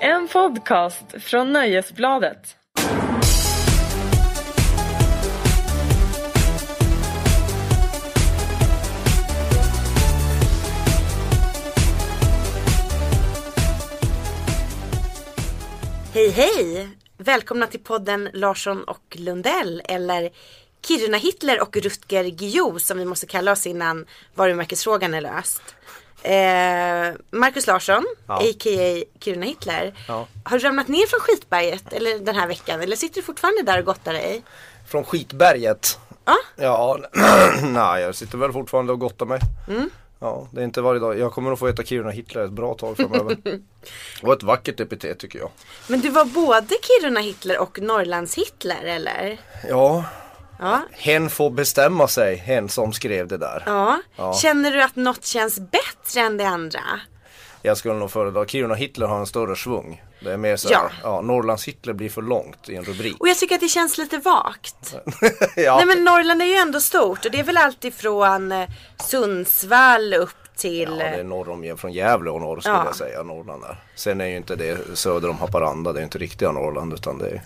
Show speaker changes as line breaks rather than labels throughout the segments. En podcast från Nöjesbladet.
Hej hej! Välkomna till podden Larsson och Lundell eller Kiruna Hitler och Rutger Guillou som vi måste kalla oss innan varumärkesfrågan är löst. Eh, Marcus Larsson,
Ja.
a.k.a. Kiruna Hitler.
Ja.
Har du ramlat ner från skitberget eller den här veckan eller sitter du fortfarande där och gottar dig?
Från skitberget.
Ja,
Ja, nej jag sitter väl fortfarande och gottar mig.
Mm.
Ja, det är inte varje dag. Jag kommer att få heta Kiruna Hitler ett bra tag framöver. och ett vackert epitet tycker jag.
men du var både Kiruna Hitler och Norrlands Hitler eller?
Ja,
Ja.
hen får bestämma sig, hen som skrev det där.
Ja.
Ja.
Känner du att något känns bättre än det andra?
Jag skulle nog föredra, Kiruna Hitler har en större svung. Det är mer så här,
Ja.
ja. Norrlands Hitler blir för långt i en rubrik.
Och jag tycker att det känns lite vagt.
ja.
Nej men Norrland är ju ändå stort och det är väl alltifrån eh, Sundsvall upp
ja,
till... eh,
det är norr om, från Gävle och norr skulle
Ja.
jag säga, Norrland där. Sen är ju inte det söder om Haparanda, det är ju inte riktiga Norrland utan det är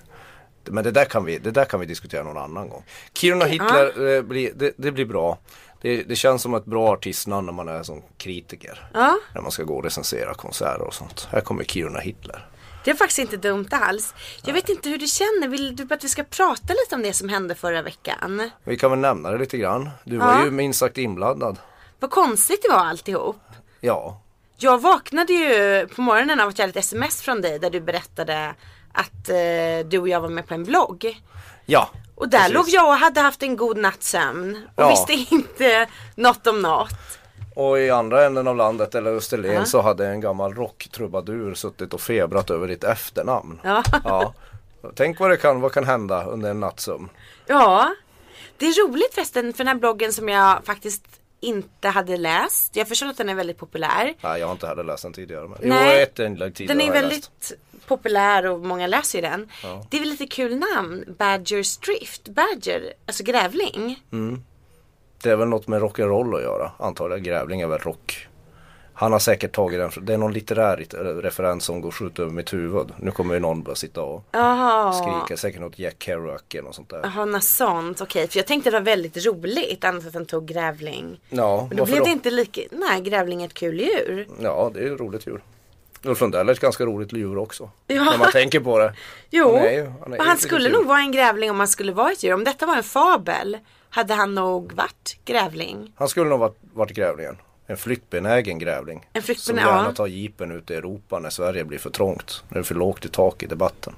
men det där, kan vi, det där kan vi diskutera någon annan gång. Kiruna Hitler, det, blir, det, det blir bra. Det, det känns som ett bra artistnamn när man är som kritiker.
Ja.
När man ska gå och recensera konserter och sånt. Här kommer Kiruna Hitler.
Det är faktiskt inte dumt alls. Jag vet inte hur du känner. Vill du att vi ska prata lite om det som hände förra veckan?
Vi kan väl nämna det lite grann. Du
Ja.
var ju minst sagt inblandad.
Vad konstigt det var alltihop.
Ja,
Jag vaknade ju på morgonen av att jag hade ett sms från dig där du berättade att eh, du och jag var med på en vlogg.
ja.
Och där
precis.
låg jag och hade haft en god natts sömn och
Ja.
visste inte något om något.
Och i andra änden av landet, eller Österlen, så hade en gammal rocktrubadur suttit och febrat över ditt efternamn.
Ja.
Ja. Tänk vad det kan, vad kan hända under en nattsömn.
Ja, det är roligt förresten för den här bloggen som jag faktiskt inte hade läst. Jag förstår att den är väldigt populär.
Nej, jag har inte heller läst den tidigare. Men...
Nej.
jo, ett inlägg tidigare
Den är
har jag läst.
väldigt populär och många läser ju den. Det är väl lite kul namn, Badgers Drift. Badger, alltså grävling.
Det är väl något med rock'n'roll att göra. Antagligen Grävling är väl rock. Han har säkert tagit den, det är någon litterär rit- referens som går skjut över mitt huvud. Nu kommer ju någon börja sitta och
Jaha,
skrika, säkert något Jack Kerouac eller något sånt där.
Jaha, något sånt. Okej, för jag tänkte det var väldigt roligt annars att den tog grävling.
Ja,
Men då
varför
blev
då?
det inte lika, nej grävling är ett kul djur.
Ja, det är ju ett roligt djur. Ulf Lundell är ett ganska roligt djur också.
Ja.
När man tänker på det.
Jo,
Han är ju- han är
och
ju
han
ett
skulle
litet djur.
nog vara en grävling om han skulle vara ett djur. Om detta var en fabel hade han nog varit grävling.
Han skulle nog varit, varit grävlingen. En flyktbenägen grävling.
En
Som
flyktbenä-
gärna
ja.
tar jeepen ut i Europa när Sverige blir för trångt. När det är för lågt i tak i debatten.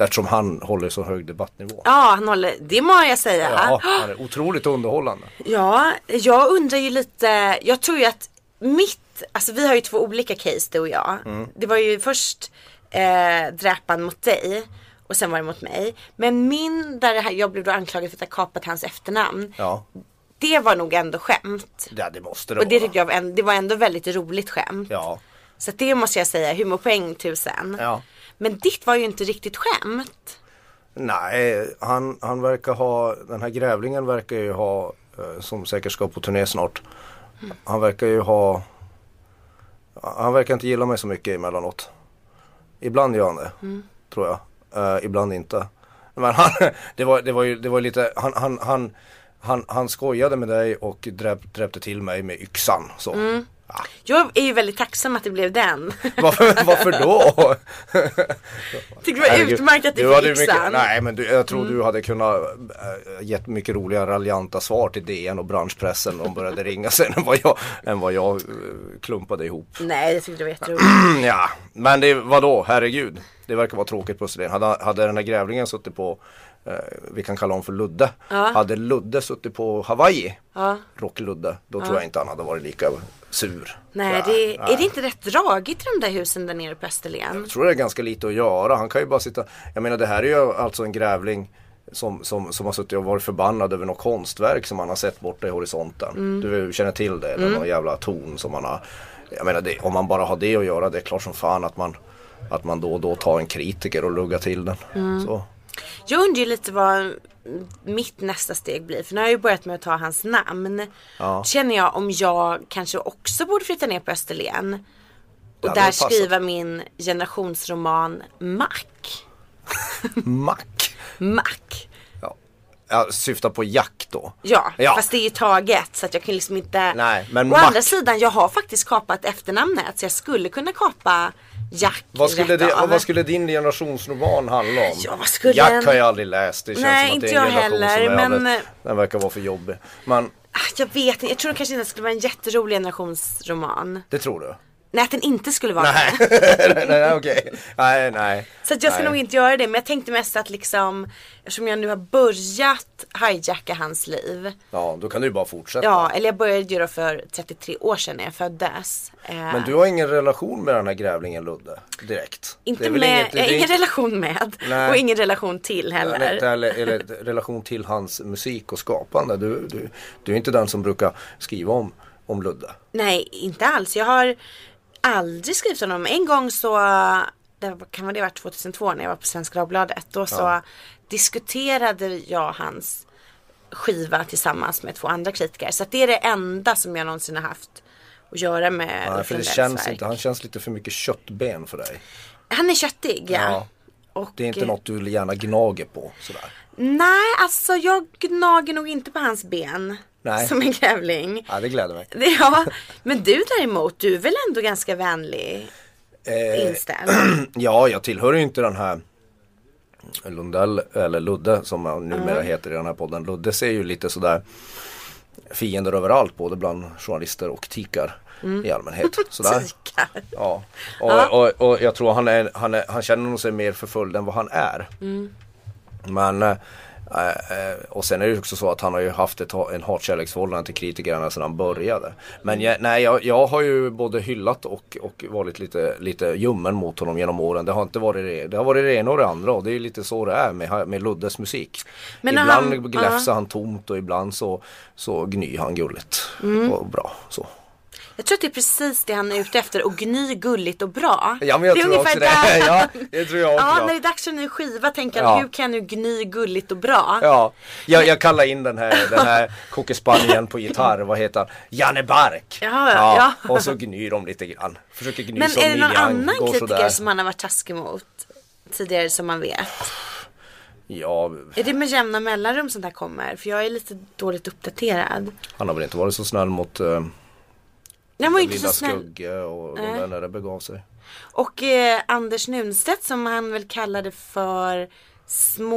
Eftersom han håller så hög debattnivå.
Ja, han håller, det må jag säga.
Ja, han är otroligt underhållande.
Ja, jag undrar ju lite, jag tror ju att mitt, alltså vi har ju två olika case du och jag.
Mm.
Det var ju först eh, dräpan mot dig och sen var det mot mig. Men min, där det här, jag blev då anklagad för att ha kapat hans efternamn.
Ja,
Det var nog ändå skämt.
ja det måste det
Och det
vara.
tyckte jag var, en, det var ändå väldigt roligt skämt.
Ja.
Så att det måste jag säga, humorpoäng tusen.
Ja.
Men ditt var ju inte riktigt skämt.
Nej, han, han verkar ha, den här grävlingen verkar ju ha, eh, som säkert ska på turné snart. Han verkar ju ha, han verkar inte gilla mig så mycket emellanåt. Ibland gör han det, tror jag. Eh, ibland inte. Men han, det var, det var ju det var lite, han, han, han, han, han skojade med dig och dräp, dräpte till mig med yxan. Så. Ah,
Jag är ju väldigt tacksam att det blev den.
varför, varför då?
Tycker det var
Herregud.
utmärkt att du,
hade ju
fick Mm. yxan.
mycket, Nej men du, jag tror du hade kunnat äh, gett mycket roliga raljanta svar till DN och branschpressen om de började ringa sen än vad jag, än vad jag eh, klumpade ihop.
Nej, jag tyckte det var jätteroligt.
ja, men det, vadå, herregud. Det verkar vara tråkigt på Österlen. Hade, hade den här grävlingen suttit på, eh, vi kan kalla honom för Ludde. Hade Ludde suttit på Hawaii,
Ja.
Rock-Ludde, då tror jag inte han hade varit lika sur.
Nej,
Ja,
det, är det inte rätt dragigt i de där husen där nere på Österlen?
Jag tror det är ganska lite att göra. Han kan ju bara sitta. Jag menar det här är ju alltså en grävling som, som, som har suttit och varit förbannad över något konstverk som han har sett borta i horisonten.
Mm.
Du känner till det, eller någon jävla torn som han har. Jag menar det, om man bara har det att göra, det är klart som fan att man, att man då och då tar en kritiker och luggar till den.
Mm.
Så.
Jag undrar ju lite vad mitt nästa steg blir. För nu har jag ju börjat med att ta hans namn.
Ja.
Känner jag om jag kanske också borde flytta ner på Österlen. Och
hade
där
väl passat.
skriva min generationsroman Mack.
Mack.
Mack.
Ja. Jag syftar på Jack då.
Ja,
Ja.
fast det är ju taget så att jag kan liksom inte
Nej, men
Å
Mack-
andra sidan, jag har faktiskt kapat efternamnet så jag skulle kunna kapa Jack
Vad skulle,
rätt
det,
av.
vad skulle din generationsroman handla om?
Ja, vad skulle
Jack
en-
har jag aldrig läst. Det känns
Nej,
som att det
inte
är en
jag
generation
heller,
som jag
men- eh,
aldrig- Den verkar vara för jobbig. Men
Ah, Jag vet inte, jag tror kanske inte att det skulle vara en jätterolig generationsroman.
det tror du?
Nej, att den inte skulle vara
Nej,
det.
nej, nej, okej. Nej, nej.
Så att jag ska
nej.
nog inte göra det men jag tänkte mest att liksom Eftersom jag nu har börjat hijacka hans liv
Ja, då kan du ju bara fortsätta.
Ja eller jag började ju då för 33 år sedan när jag föddes eh,
Men du har ingen relation med den här grävlingen Ludde? Direkt? Det
Inte
är väl
med,
inget- det
jag
är
har ingen
inte-
relation med
Nej.
och ingen relation till heller
Eller, inte heller- eller relation till hans musik och skapande. Du, du, du är inte den som brukar skriva om, om Ludde.
Nej, inte alls. Jag har aldrig skrivit om dem. En gång så, det var- kan väl det ha varit 2002 när jag var på Svenska Dagbladet. Då så diskuterade jag hans skiva tillsammans med två andra kritiker. Så att det är det enda som jag någonsin har haft att göra med
Nej,
Ulf
för det
Lundells
känns
verk.
inte, han känns lite för mycket köttben för dig.
Han är köttig, ja.
Ja.
Och,
Det är inte något du gärna gnager på sådär.
Nej, alltså jag gnager nog inte på hans ben.
Nej.
Som en grävling.
Ja, det gläder mig.
Det- Ja, men du däremot, du är väl ändå ganska vänlig
Eh,
inställd?
Ja, jag tillhör ju inte den här Lundell, eller Ludde som han numera heter i den här podden. Ludde ser ju lite sådär fiender överallt, både bland journalister och tikar i allmänhet. Typ. Sådär.
Tikar.
Ja. Och,
Ja.
Och, och jag tror han, är, han, är, han känner nog sig mer förföljd än vad han är.
Mm.
Men eh, eh, och sen är det ju också så att han har ju haft ett, ha- en hatkärleksförhållande till kritikerna sedan han började. Men jag, nej, jag, jag har ju både hyllat och, och varit lite, lite ljummen mot honom genom åren. Det har inte varit det, det har varit det ena och det andra och det är ju lite så det är med, med Luddes musik.
Men när
ibland
han-
gläfsar han tomt och ibland så, så gnyr han gulligt
Mm.
och bra. Så.
Jag tror att det är precis det han är ute efter och gny gulligt och bra.
Ja men jag
det är
tror också det.
där.
ja, det tror jag också.
Ja,
ja.
när det är dags för en ny skiva tänker
Ja.
han, hur kan du gny gulligt och bra?
Ja, jag, jag kallar in den här, den här kokespanien på gitarr, vad heter han? Janne Bark!
Ja, ja, ja.
Och så gnyr de lite grann. Försöker gny
Men
som
är det
Neil
någon
Young,
annan
går
kritiker
sådär.
som han har varit taskig mot? Tidigare som man vet.
Ja,
Är det med jämna mellanrum sånt här kommer? För jag är lite dåligt uppdaterad.
han har väl inte varit så snäll mot eh,
Den var ju inte så
Lilla
snäll.
Skugge och de där när det begav sig.
Och eh, Anders Nunstedt som han väl kallade för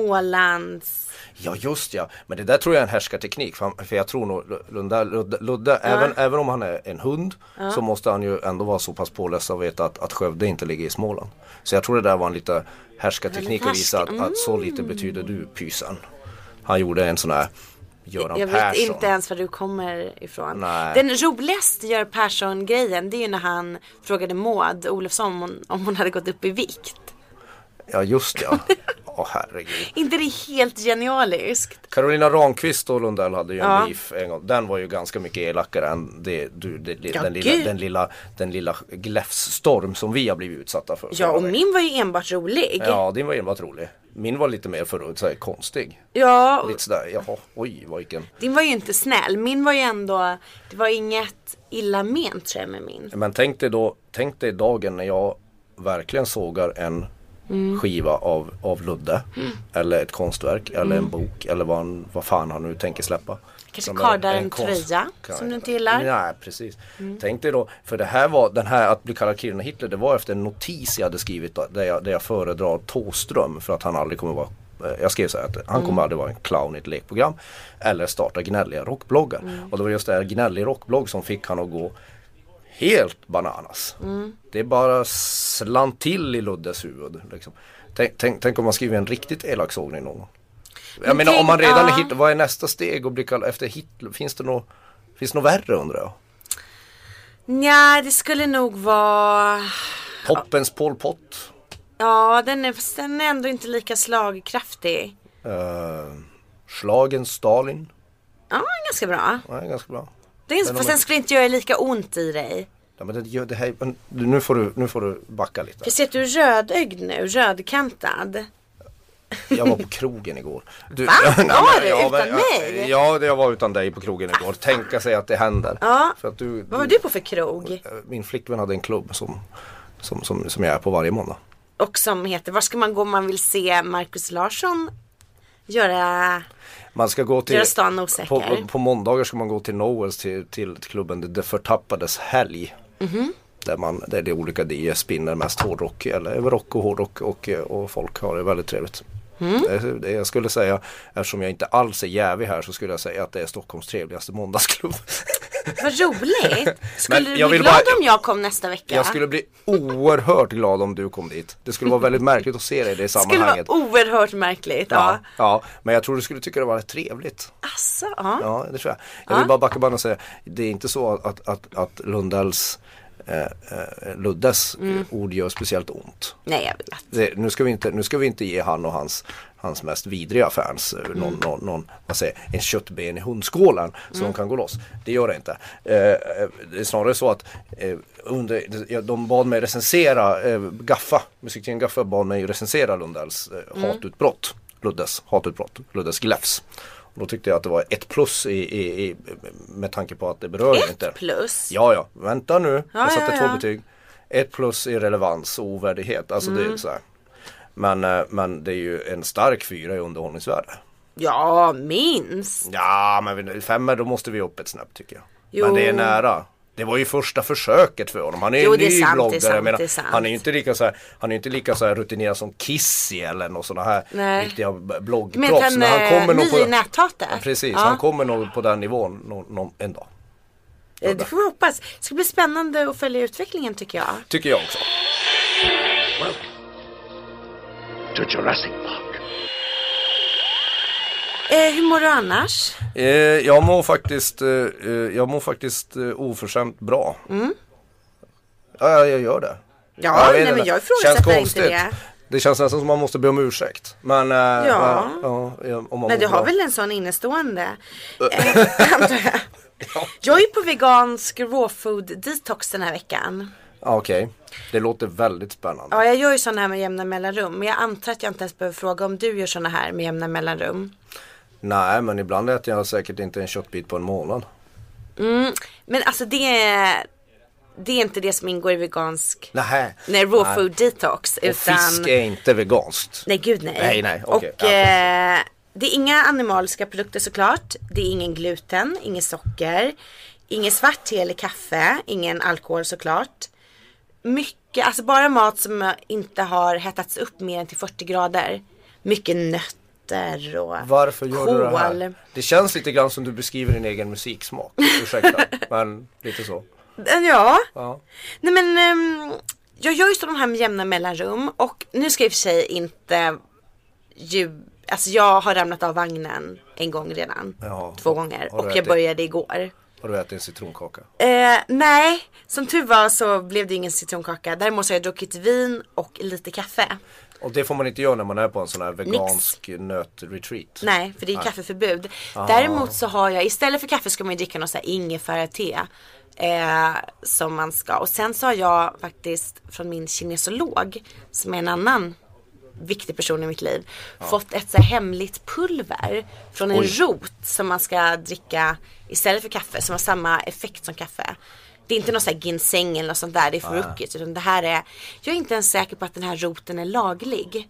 Smålands...
Ja just ja, men det där tror jag är en härskarteknik. För, han- för jag tror nog Ludde, Ludde, Ludde även, även om han är en hund så måste han ju ändå vara så pass påläst och veta att, att Skövde inte ligger i Småland. Så jag tror det där var en lite härskarteknik
Väldigt
att visa att,
härsk-
att så lite
Mm.
betyder du pysen. Han gjorde en sån här Göran
Jag vet
Persson.
inte ens var du kommer ifrån.
Nej.
Den roligaste Göran Persson grejen det är ju när han frågade Maud Olofsson om hon, om hon hade gått upp i vikt.
Ja just ja. Åh herregud.
inte det helt genialiskt?
Carolina Ramqvist och Lundell hade ju en
Ja.
beef en gång. Den var ju ganska mycket elakare än det, du, det, det,
Ja,
den, lilla,
gud.
den, lilla, den lilla gläfsstorm som vi har blivit utsatta för.
Ja
förra
och
veckan.
min var ju enbart rolig. Ja,
Ja, din var enbart rolig. Min var lite mer förut, såhär konstig.
och
Lite sådär, jaha, oj vad vilken.
din var ju inte snäll. Min var ju ändå, det var inget illa ment tror jag med min.
Men tänk dig då, tänk dig dagen när jag verkligen sågar en
Mm.
skiva av, av Ludde. Eller ett konstverk, eller en bok, eller vad, han, vad fan han nu tänker släppa.
Mm. Kanske
Som
kardar en
konst-
tröja
kan-
som du inte gillar. Mm.
Nej, precis. Tänk dig då, för det här var, den här att bli kallad Kiruna-Hitler, det var efter en notis jag hade skrivit där jag, där jag föredrar Tåström för att han aldrig kommer vara eh, jag skrev så här att han
Mm.
kommer aldrig vara en clown i ett lekprogram eller starta gnälliga rockbloggar.
Mm.
Och det var just det här gnällig rockblogg som fick han att gå helt bananas. Det är bara slant till i Luddes huvud. Liksom. Tänk, tänk, tänk om man skriver en riktigt elak sågning någon gång. Jag
Men
menar om
tänk-
man redan
ja.
är Hitler, vad är nästa steg och bli kallad efter Hitler? Finns det något, finns det något värre undrar jag?
Nja det skulle nog vara,
Poppens Pol Pot.
ja den är, fast den är ändå inte lika slagkraftig.
Uh, Slagen Stalin.
Ja ganska bra.
Ja, det är ganska bra.
Den,
Men om
fast
man-
den skulle inte göra lika ont i dig.
Ja, men det, gör det här, men du, nu, får du, nu får du backa lite.
Jag ser att du är rödögd nu, rödkantad.
Jag var på krogen igår. Du,
Var du?
men-
Utan mig?
Ja, det- jag var utan dig på krogen igår. Tänka sig att det händer.
Ja.
För att du, Eh,
Vad var du på för krog?
Min flickvän hade en klubb som Som, som, som jag är på varje måndag.
Och som heter Var ska man gå om man vill se Markus Larsson göra
Man ska gå till,
Göra stan osäker.
på, på måndagar ska man gå till Nowells till, till klubben Det förtappades helg.
Mhm.
Där, man, där det är olika DJs spinner mest hårdrock, eller rock och hårdrock och, och folk har det väldigt trevligt.
Mm.
Det, det jag skulle säga, eftersom jag inte alls är jävig här så skulle jag säga att det är Stockholms trevligaste måndagsklubb.
Vad roligt! Skulle
Men
du
jag
bli
vill
glad
bara-
om jag kom nästa vecka?
Jag skulle bli oerhört glad om du kom dit. Det skulle vara väldigt märkligt att se dig i det
Det skulle vara
sammanhanget.
oerhört märkligt. Ja.
ja, ja, men jag tror du skulle tycka det var rätt trevligt.
Alltså, ja.
Ja, det tror jag. Jag vill bara backa bandet och säga, det är inte så att, att, att Lundells eh, eh, Luddes eh, ord gör speciellt ont.
Nej jag vet.
Det, nu, ska vi inte, nu ska vi inte ge han och hans, hans mest vidriga fans eh, någon, någon, någon vad säger, jag, en köttben i hundskålen så de kan gå loss. Det gör det inte. Eh, eh, det är snarare så att eh, under, ja, de bad mig recensera eh, Gaffa, musiktidningen Gaffa bad mig recensera Lundells eh, hatutbrott. Luddes hatutbrott, Luddes gläfs. Och Då tyckte jag att det var ett plus i, i, i, med tanke på att det berör ju inte.
Ett plus.
Ja, ja, vänta nu.
ja,
jag satte
ja.
två betyg. Ett plus i relevans och ovärdighet. Alltså det är
Mm.
ju så här. Men, eh, men det är ju en stark fyra i underhållningsvärde.
Ja, minst.
Ja, men femmer då måste vi upp ett snäpp tycker jag.
Jo.
Men det är nära. Det var ju första försöket för honom. Han är ju
Jo,
en
det är
ny
sant, det är
bloggare.
sant,
Jag menar,
det är sant.
Han är ju inte lika så här, han är ju inte lika så här rutinerad som Kissy eller något sådana här
Nej.
riktiga b-
Du menar att
bloggproffs.
han,
Men
eh,
nog
ny i näthatet?
Ja, Precis,
Ja.
han kommer nog på den nivån någon, någon, en dag.
Eh, Det får vi hoppas. Det ska bli spännande att följa utvecklingen tycker jag.
Tycker jag också.
Welcome to Jurassic Park.
Eh, hur mår du annars?
Eh, jag mår faktiskt, eh, eh, jag mår faktiskt eh, oförskämt bra. Ja, ja, jag gör det.
Mm. Ja,
jag vet
nej men
inte.
jag
Känns
ifrågasätter inte
konstigt.
det.
Det känns nästan som man måste be om ursäkt. Men, eh,
Ja.
men, ja, ja, om man
Men du
mår bra.
har väl en sån innestående? Eh, antar jag. jag är på vegansk raw food detox den här veckan.
Ja, Okej, det låter väldigt spännande.
Ja, jag gör ju sådana här med jämna mellanrum. Men jag antar att jag inte ens behöver fråga om du gör sådana här med jämna mellanrum.
Nej, men ibland äter jag säkert inte en köttbit på en månad.
Men alltså det är, det är inte det som ingår i vegansk
Nej.
Nej, raw
Nej.
food detox.
Och
utan...
fisk är inte veganskt.
Nej, gud nej.
Nej, nej, okej.
Och
Ja,
eh, det är inga animaliska produkter såklart. Det är ingen gluten, inget socker, inget svart te eller kaffe, ingen alkohol såklart. Mycket, alltså bara mat som eh, inte har hettats upp mer än till 40 grader. Mycket nötter och
Varför gör du det
kål.
här? Det känns lite grann som du beskriver din egen musiksmak. Ursäkta, men lite så.
Eh, Ja.
Ja.
Nej men ehm, jag gör ju så de här med jämna mellanrum och nu ska jag i och för sig inte ju, alltså jag har ramlat av vagnen en gång redan.
Ja.
två gånger
Har du
och jag
ätit?
började igår.
Har du ätit en citronkaka?
Eh, nej, som tur var så blev det ingen citronkaka. Däremot så har jag druckit vin och lite kaffe.
Och det får man inte göra när man är på en sån här vegansk nötretreat.
Nej, för det är kaffeförbud. Däremot så har jag, istället för kaffe ska man ju dricka något så här ingefära-te. Eh, som man ska. Och sen så har jag faktiskt från min kinesolog, som är en annan viktig person i mitt liv, fått ett så här hemligt pulver från en
Oj.
rot som man ska dricka istället för kaffe, som har samma effekt som kaffe. Det är inte någon sån här ginseng eller något sånt där, det är
Ah.
för rookies. Utan det här är, jag är inte ens säker på att den här roten är laglig.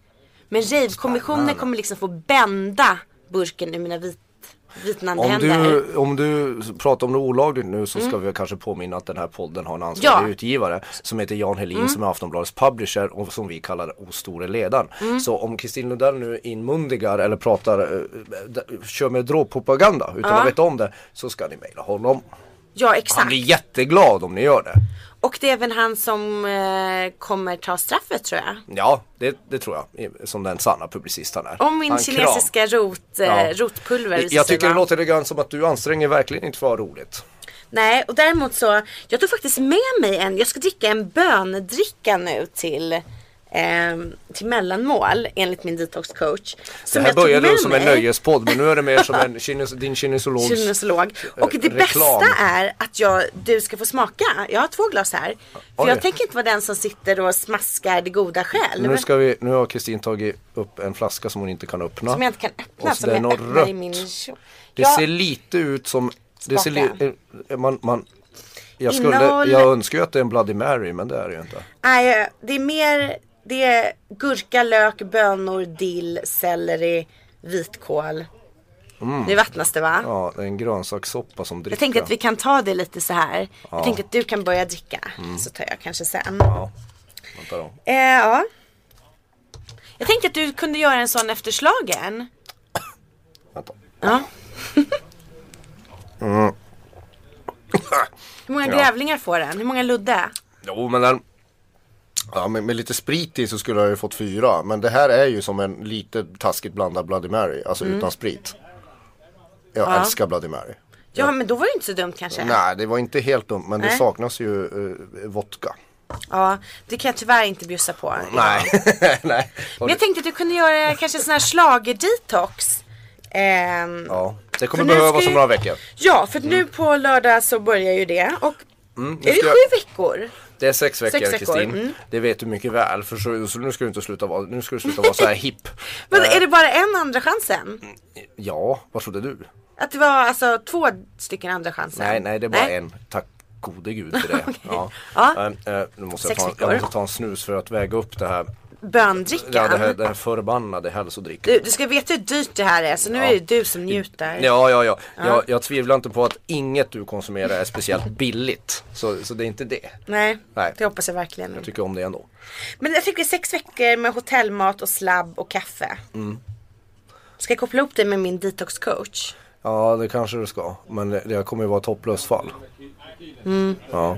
Men ravekommissionen kommer liksom få bända burken ur mina vit, vitnande
Om
händer. Mm.
du, om du pratar om det olagligt nu så ska vi kanske påminna att den här podden har en ansvarig
Ja. Mm.
utgivare som heter Jan Helin som är Aftonbladets publisher och som vi kallar O store ledaren.
Mm.
Så om Kristin Lundell nu inmundigar eller pratar, eh, d- kör med drogpropaganda utan att veta om det så ska ni mejla honom.
Ja
Han
exakt.
blir jätteglad om ni gör det.
Och det är även han som eh, kommer ta straffet tror jag.
Ja, det, det tror jag. Som den sanna publicist han är.
Om min
Han kram.
kinesiska rot, eh,
Ja.
rotpulver
Jag-
visar
Jag
sig
tycker det
vara-
låter lite grann som att du anstränger verkligen inte för att ha roligt.
Nej och däremot så, jag tog faktiskt med mig en, jag ska dricka en bönedricka nu till ehm, till mellanmål enligt min detoxcoach.
Det
Som
här
jag tog
började
med
ju som en
mig.
nöjespodd men nu är det mer som en kines, din kinesologs...
Kinesolog. Och det
eh, reklam.
bästa är att jag, du ska få smaka. Jag har två glas här. För
Oj.
jag tänker inte vara den som sitter och smaskar det goda själv.
Nu, ska vi, nu har Kristin tagit upp en flaska som hon inte kan öppna.
Som jag inte kan öppna.
Och så
Som
det är
jag
något
öppnar i
rött.
min
Det
jag,
ser lite ut som... Det ser li,
Smaka.
eh, man, man, Jag, skulle,
Innehåll-
jag önskar ju att det är en Bloody Mary men det är det ju inte.
Nej, det är mer, det är gurka, lök, bönor, dill, selleri, vitkål. Det vattnas det va?
Mm. Ja, det är en grönsakssoppa som dricka.
Jag tänkte att vi kan ta det lite så här. Jag tänkte att du kan börja dricka.
Mm.
Så tar jag kanske sen.
Ja, vänta då.
Eh, ja. Jag tänkte att du kunde göra en sån efter schlagern.
Vänta.
Ja. Hur många
Mm. Ja.
grävlingar får den? Hur många ludde?
Jo men den Ja med, med lite sprit i så skulle jag ju fått fyra Men det här är ju som en lite taskigt blandad Bloody Mary Alltså utan sprit Jag
Mm. Ja.
älskar Bloody Mary
Ja, men då var det inte så dumt kanske.
Nej det var inte helt dumt men det
Nej.
saknas ju eh, vodka
Ja, det kan jag tyvärr inte bjussa på.
Nej, nej
Men jag tänkte att du kunde göra kanske en sån här schlagerdetox. Ehm, ja.
Ja det kommer
För nu ska
behövas om
ju-
några veckor
för nu på lördag så börjar ju det. Och är det
Mm. ska jag-
sju veckor?
Det är sex
Sex
veckor
veckor,
Kristin
mm.
Det vet du mycket väl för så, så nu ska du inte sluta vara, nu ska du sluta vara så här hipp
Men
Eh.
är det bara en andra chansen?
Ja, vad trodde du?
Att det var alltså två stycken andra chansen?
Nej, nej det är bara en. Tack gode gud för det. ja.
Ja.
Eh, eh, nu måste jag,
Sex
ta, jag
veckor.
måste ta en snus för att väga upp det här.
Böndrickan?
Ja, det här, det här förbannade hälsodrickan.
Du, du ska veta hur dyrt det här är så nu är det du som njuter.
Ja, ja, ja. Jag, jag tvivlar inte på att inget du konsumerar är speciellt billigt. Så, så det är inte det.
Nej,
Nej.
det hoppas jag verkligen.
Tycker om det ändå.
Men jag tycker sex veckor med hotellmat och slabb och kaffe.
Mm.
Ska jag koppla ihop dig med min detoxcoach?
Ja, det kanske du ska. Men det, det kommer ju vara ett hopplöst fall.
Mm.
Ja,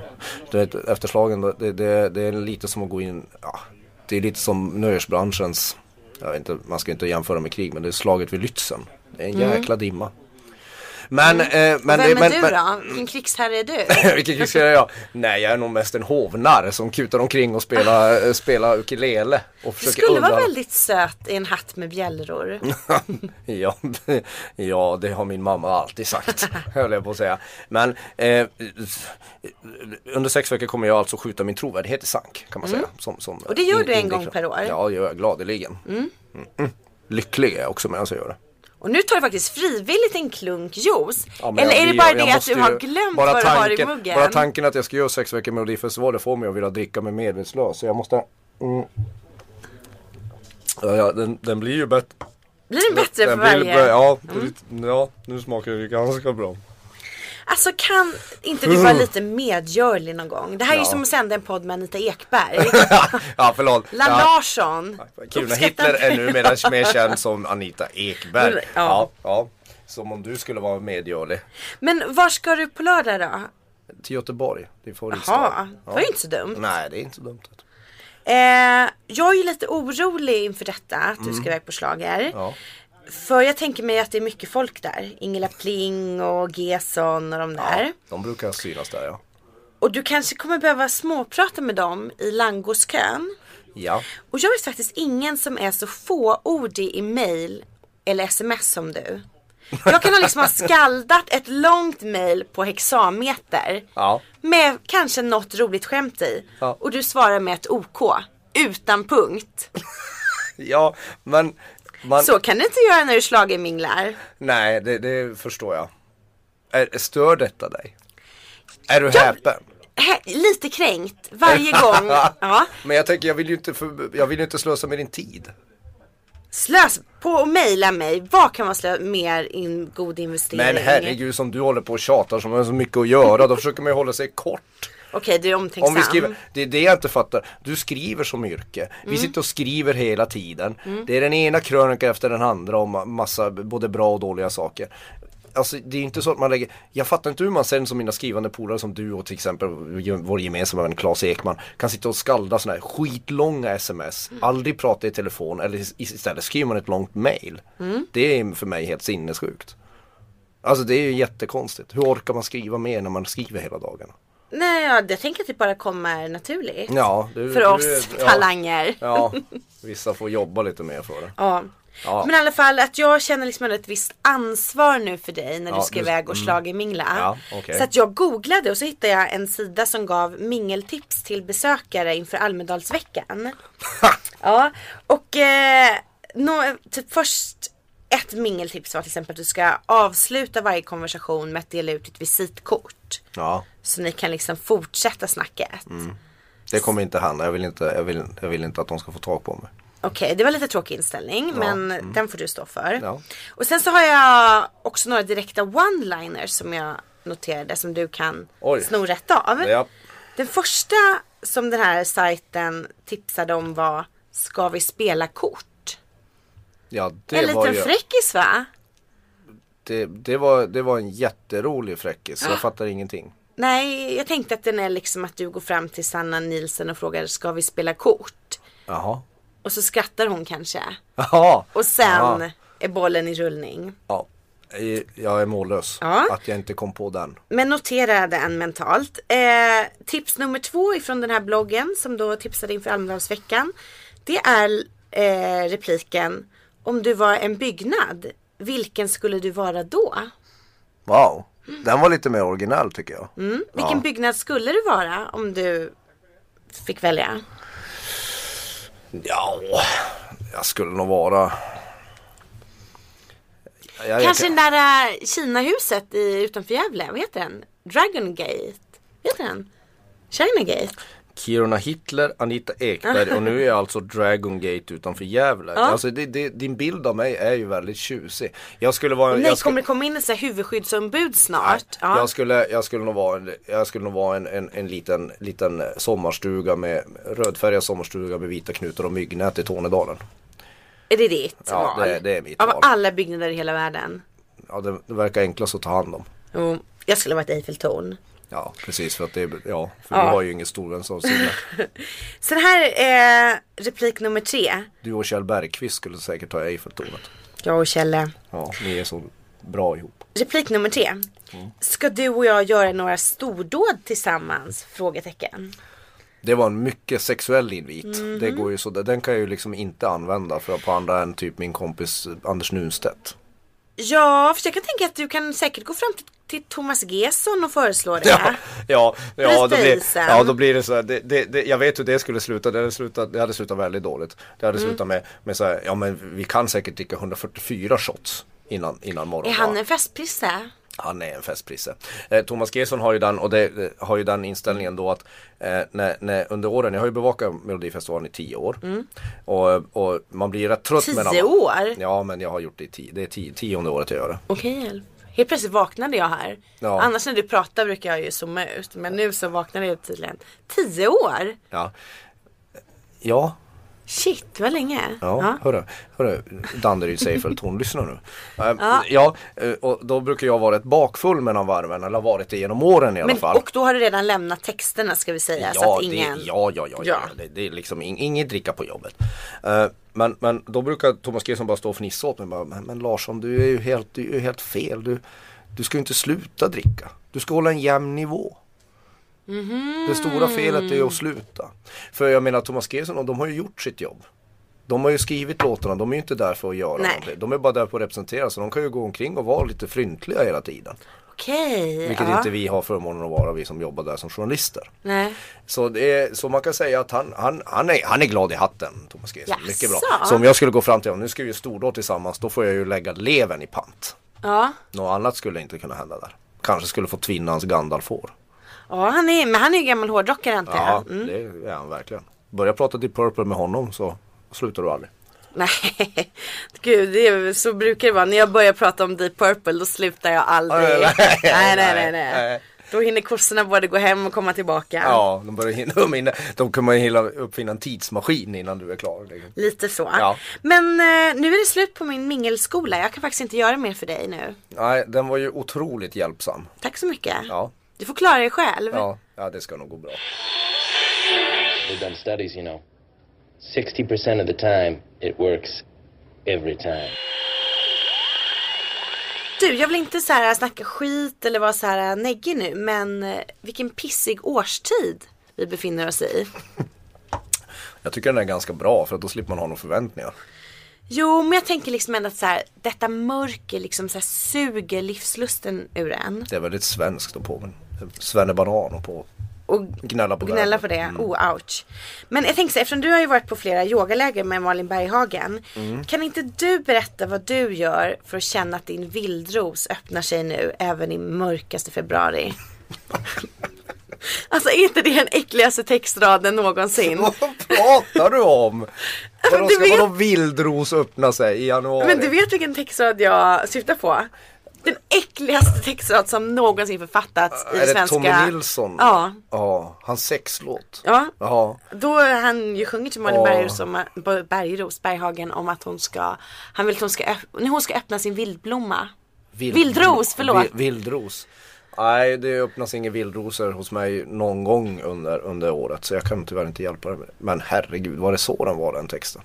du vet, efterslagen, då, det, det, det är lite som att gå in, ja, det är lite som nöjesbranschens, jag vet inte, man ska inte jämföra med krig, men det är slaget vid Lützen. Det är en jäkla dimma. Men, eh, men,
Mm. Vem är
det, men,
du
men,
då? Vilken krigsherre är du?
vilken krigsherre är jag? Nej, jag är nog mest en hovnarr som kutar omkring och spelar, eh, spelar ukulele. Och
Du
försöker
skulle vara
undra-
väldigt söt i en hatt med bjällror.
ja, det, ja, det har min mamma alltid sagt, höll jag på att säga. Men eh, under sex veckor kommer jag alltså skjuta min trovärdighet i sank, kan man säga. Som, som och
Mm. det gör du en gång per år?
Ja, det gör jag gladeligen. Mm. Mm. Lycklig är jag också medan jag gör det.
Och nu tar du faktiskt frivilligt en klunk juice.
Ja, men
Eller
jag-
är det
jag-
bara
jag
det att
måste
du har
ju-
glömt
bara
vad du
tanken-
har i muggen?
Bara tanken att jag ska göra sex veckor med Melodifestivalen får mig att vilja dricka mig medvetslös. Så jag måste... Mm. Ja, ja, den, den blir ju bättre.
Blir den bättre för
den blir
varje? Mm.
bä- Ja, ja, nu smakar det ju ganska bra.
Alltså kan inte du vara lite medgörlig någon gång? Det här är ju som att sända en podd med Anita Ekberg.
ja, förlåt.
Lan
ja.
Larsson.
Kuna
Uppskattar-
Hitler är numera mer känd som Anita Ekberg.
Ja.
Ja, ja. Som om du skulle vara medgörlig.
Men var ska du på lördag då?
Till Göteborg, din favoritstad.
Jaha, det var ju inte så dumt.
Nej, det är inte så dumt.
Eh, jag är ju lite orolig inför detta, att du ska iväg på slager.
Mm. Ja.
För jag tänker mig att det är mycket folk där. Ingela Pling och Gesson och de där.
De brukar synas där ja.
Och du kanske kommer behöva småprata med dem i langoskön.
Ja,
Och jag vet faktiskt ingen som är så fåordig i mail eller sms som du. Jag kan ha liksom ha skaldat ett långt mail på hexameter.
Ja.
Med kanske något roligt skämt i.
Ja.
Och du svarar med ett OK. Utan punkt.
ja men man,
Så kan du inte göra när du schlagerminglar.
nej det, det förstår jag. Är, stör detta dig? Är du häpen?
Hä- Lite kränkt varje gång. Ja.
Men jag tänker jag vill ju inte, för, jag vill ju inte slösa med din tid.
Slös på och mejla mig. Vad kan vara slö- mer in god investering?
Men herregud som du håller på och tjatar som har så mycket att göra, då försöker man ju hålla sig kort.
Okej, du är omtänksam.
Om vi skriver, det är det jag inte fattar. Du skriver som yrke. Vi sitter och skriver hela tiden. Det är den ena krönikan efter den andra om massa både bra och dåliga saker. Alltså det är ju inte så att man lägger, jag fattar inte hur man sen som mina skrivande polare som du och till exempel vår gemensamma vän Claes Ekman kan sitta och skalda sådana här skitlånga sms, aldrig prata i telefon eller is- istället skriver man ett långt mail. Det är för mig helt sinnessjukt. Alltså det är ju jättekonstigt. Hur orkar man skriva mer när man skriver hela dagarna?
Nej, ja, jag tänker att det bara kommer naturligt.
Ja, du,
För
du,
oss
ja.
talanger. Ja.
Ja, vissa får jobba lite mer för det. Ja.
Men i alla fall att jag känner liksom ändå ett visst ansvar nu för dig när
Ja,
du ska
du-
iväg och schlagermingla.
Ja, okej.
Så att jag googlade och så hittade jag en sida som gav mingeltips till besökare inför Almedalsveckan. ja, och eh, nå, typ först ett mingeltips var till exempel att du ska avsluta varje konversation med att dela ut ett visitkort.
Ja,
Så ni kan liksom fortsätta snacket.
Mm. det kommer inte han. Jag vill inte, jag vill, jag vill inte att de ska få tag på mig.
Okej, det var lite tråkig inställning men den får du stå för.
mm. Ja.
Och sen så har jag också några direkta one-liners som jag noterade som du kan
Oj.
sno rätt av.
Ja.
Den första som den här sajten tipsade om var Ska vi spela kort?
Ja, det
en
var
liten
ju,
fräckis va?
det, det, var, det var en jätterolig fräckis. Jag fattar ingenting.
Nej, jag tänkte att den är liksom att du går fram till Sanna Nilsen och frågar Ska vi spela kort?
Jaha.
Och så skrattar hon kanske.
Jaha.
Och sen
Ja.
är bollen i rullning.
Ja. I- Jag är mållös.
Ja.
Att jag inte kom på den.
Men notera den mentalt. Eh, tips nummer två ifrån den här bloggen som då tipsade inför Almedalsveckan. Det är eh, repliken Om du var en byggnad, vilken skulle du vara då?
Wow. Den var lite mer originell tycker jag.
Vilken byggnad skulle du vara om du fick välja?
Ja, jag skulle nog vara... Jag,
Kanske
jag,
det där eh, Kinahuset i, utanför Gävle, vad heter den? Dragon Gate, vad heter den? China Gate?
Kiruna Hitler, Anita Ekberg och nu är jag alltså Dragon Gate utanför Gävle. Alltså, det, det, din bild av mig är ju väldigt tjusig. Jag skulle vara...
Nej,
jag skulle-
kommer det komma in ett så här huvudskyddsombud
Nej,
snart?
Jag skulle, jag skulle nog vara, en, jag skulle nog vara en, en, en liten, liten sommarstuga med rödfärgad sommarstuga med vita knutar och myggnät i Tornedalen.
Är det ditt
Ja,
val?
det- det är mitt
Av
val.
alla byggnader i hela världen?
Ja, det, det verkar enklast att ta hand om.
Jo, jag skulle ha varit Eiffeltorn.
Ja, precis för att det är, ja, för
Ja.
vi har ju ingen storlandsavsida.
Sen här är replik nummer tre.
Du och Kjell Bergqvist skulle säkert ta Eiffeltornet.
Jag och Kjelle.
Ja, ni är så bra ihop.
Replik nummer tre. Ska du och jag göra några stordåd tillsammans? Frågetecken.
Det var en mycket sexuell invit.
Mhm.
Det går ju så, den kan jag ju liksom inte använda för på andra än typ min kompis Anders Nunstedt.
Ja, för jag kan tänka att du kan säkert gå fram till, till Thomas Gesson och föreslå det.
Ja, ja, ja, då, blir,
Precis.
ja då blir det så här, det, det, det, Jag vet hur det skulle sluta, det hade slutat, det hade slutat väldigt dåligt. Det hade
Mm.
slutat med, med så här, ja men vi kan säkert dricka 144 shots innan, innan morgon.
Är han en festprisse?
Han är en festprisse. Eh, Thomas Gesson har ju den, och det, eh, har ju den inställningen då att eh, när, när, under åren, jag har ju bevakat Melodifestivalen i tio år. Och, och man blir rätt trött med
Mm. Tio år?
Ja men jag har gjort det i tio, det är tio, tionde året jag gör det.
Okej, Elf. Helt plötsligt vaknade jag här.
Ja.
Annars när du pratar brukar jag ju zooma ut. Men nu så vaknade jag tydligen. Tio år?
Ja, ja,
Shit, vad länge.
ja.
Ja.
hörru, hörru Danderyd Seifeltorn, lyssna nu. Eh, ja. eh, och då brukar jag vara rätt bakfull mellan varven, eller har varit det genom åren i alla
Men,
fall.
och då har du redan lämnat texterna ska vi säga. så
Ja,
att ingen...
det, ja, ja, ja,
Ja.
ja. Det, det är liksom ing, inget dricka på jobbet. Eh, men, men då brukar Thomas Gesson bara stå och fnissa åt mig. Bara, men, men Larsson, du är ju helt, du är ju helt fel. Du, du ska ju inte sluta dricka. Du ska hålla en jämn nivå.
Mhm.
Det stora felet är ju att sluta. För jag menar Thomas Gesson, de har ju gjort sitt jobb. De har ju skrivit låtarna, de är ju inte där för att göra
Nej.
någonting. De är bara där för att representera så de kan ju gå omkring och vara lite fryntliga hela tiden.
Okej.
Vilket
ja.
inte vi har förmånen att vara, vi som jobbar där som journalister.
Nej.
Så, det är, så man kan säga att han, han, han, är, han är glad i hatten, Thomas Gesson.
Jaså?
Mycket bra. Så om jag skulle gå fram till honom, nu ska vi ju stordåd tillsammans, då får jag ju lägga levern i pant.
Ja.
Något annat skulle inte kunna hända där. Kanske skulle få tvinna hans Gandalf-hår.
ja, han är, men han är ju gammal hårdrockare antar jag.
Ja,
Mm.
det är han verkligen. Börja prata till Purple med honom så slutar du aldrig.
Nej, gud, det är, så brukar det vara. När jag börjar prata om Deep Purple då slutar jag aldrig.
Nej,
nej,
nej,
nej, nej,
nej,
nej.
nej.
Då hinner kossorna både gå hem och komma tillbaka.
Ja, de börjar hinna, de hinner, de kommer hinna uppfinna en tidsmaskin innan du är klar. liksom.
Lite så.
Ja.
Men eh, nu är det slut på min mingelskola. Jag kan faktiskt inte göra mer för dig nu.
Nej, den var ju otroligt hjälpsam.
Tack så mycket.
Ja,
Du får klara dig själv.
ja, ja det ska nog gå bra.
They've done studies, you know. 60% of the time, it works every time.
Du, jag vill inte så här snacka skit eller vara så här neggig nu, men eh, vilken pissig årstid vi befinner oss i.
Jag tycker den är ganska bra för att då slipper man ha några förväntningar.
Jo, men jag tänker liksom ändå att så här, detta mörker liksom så här suger livslusten ur en.
Det är väldigt svenskt att på Svennebanan och på
och
Gnälla på Mm.
och gnälla
det.
på det. Oh, ouch. Men jag tänker så här, eftersom du har ju varit på flera yogaläger med Malin Berghagen.
Mm.
Kan inte du berätta vad du gör för att känna att din vildros öppnar sig nu även i mörkaste februari? alltså är inte det den äckligaste textraden någonsin?
Vad pratar du om? Vadå,
du
ska
vet-
vadå vildros öppna sig i januari?
Men du vet vilken textrad jag syftar på? Den äckligaste textrad som någonsin författats i
Är det
svenska...
Tommy Nilsson?
Ja.
Ja, hans sexlåt.
Ja.
Ja.
Då har han ju sjungit till Malin
Ja.
Bergros om, Bergros, Berghagen om att hon ska, han vill att hon ska, öpp- nej, hon ska öppna sin vildblomma.
Vild-
Vildros, förlåt.
Vi- Vildros. Nej, det öppnas inga vildrosor hos mig någon gång under, under året så jag kan tyvärr inte hjälpa dig med det. Men herregud, var det så den var den texten?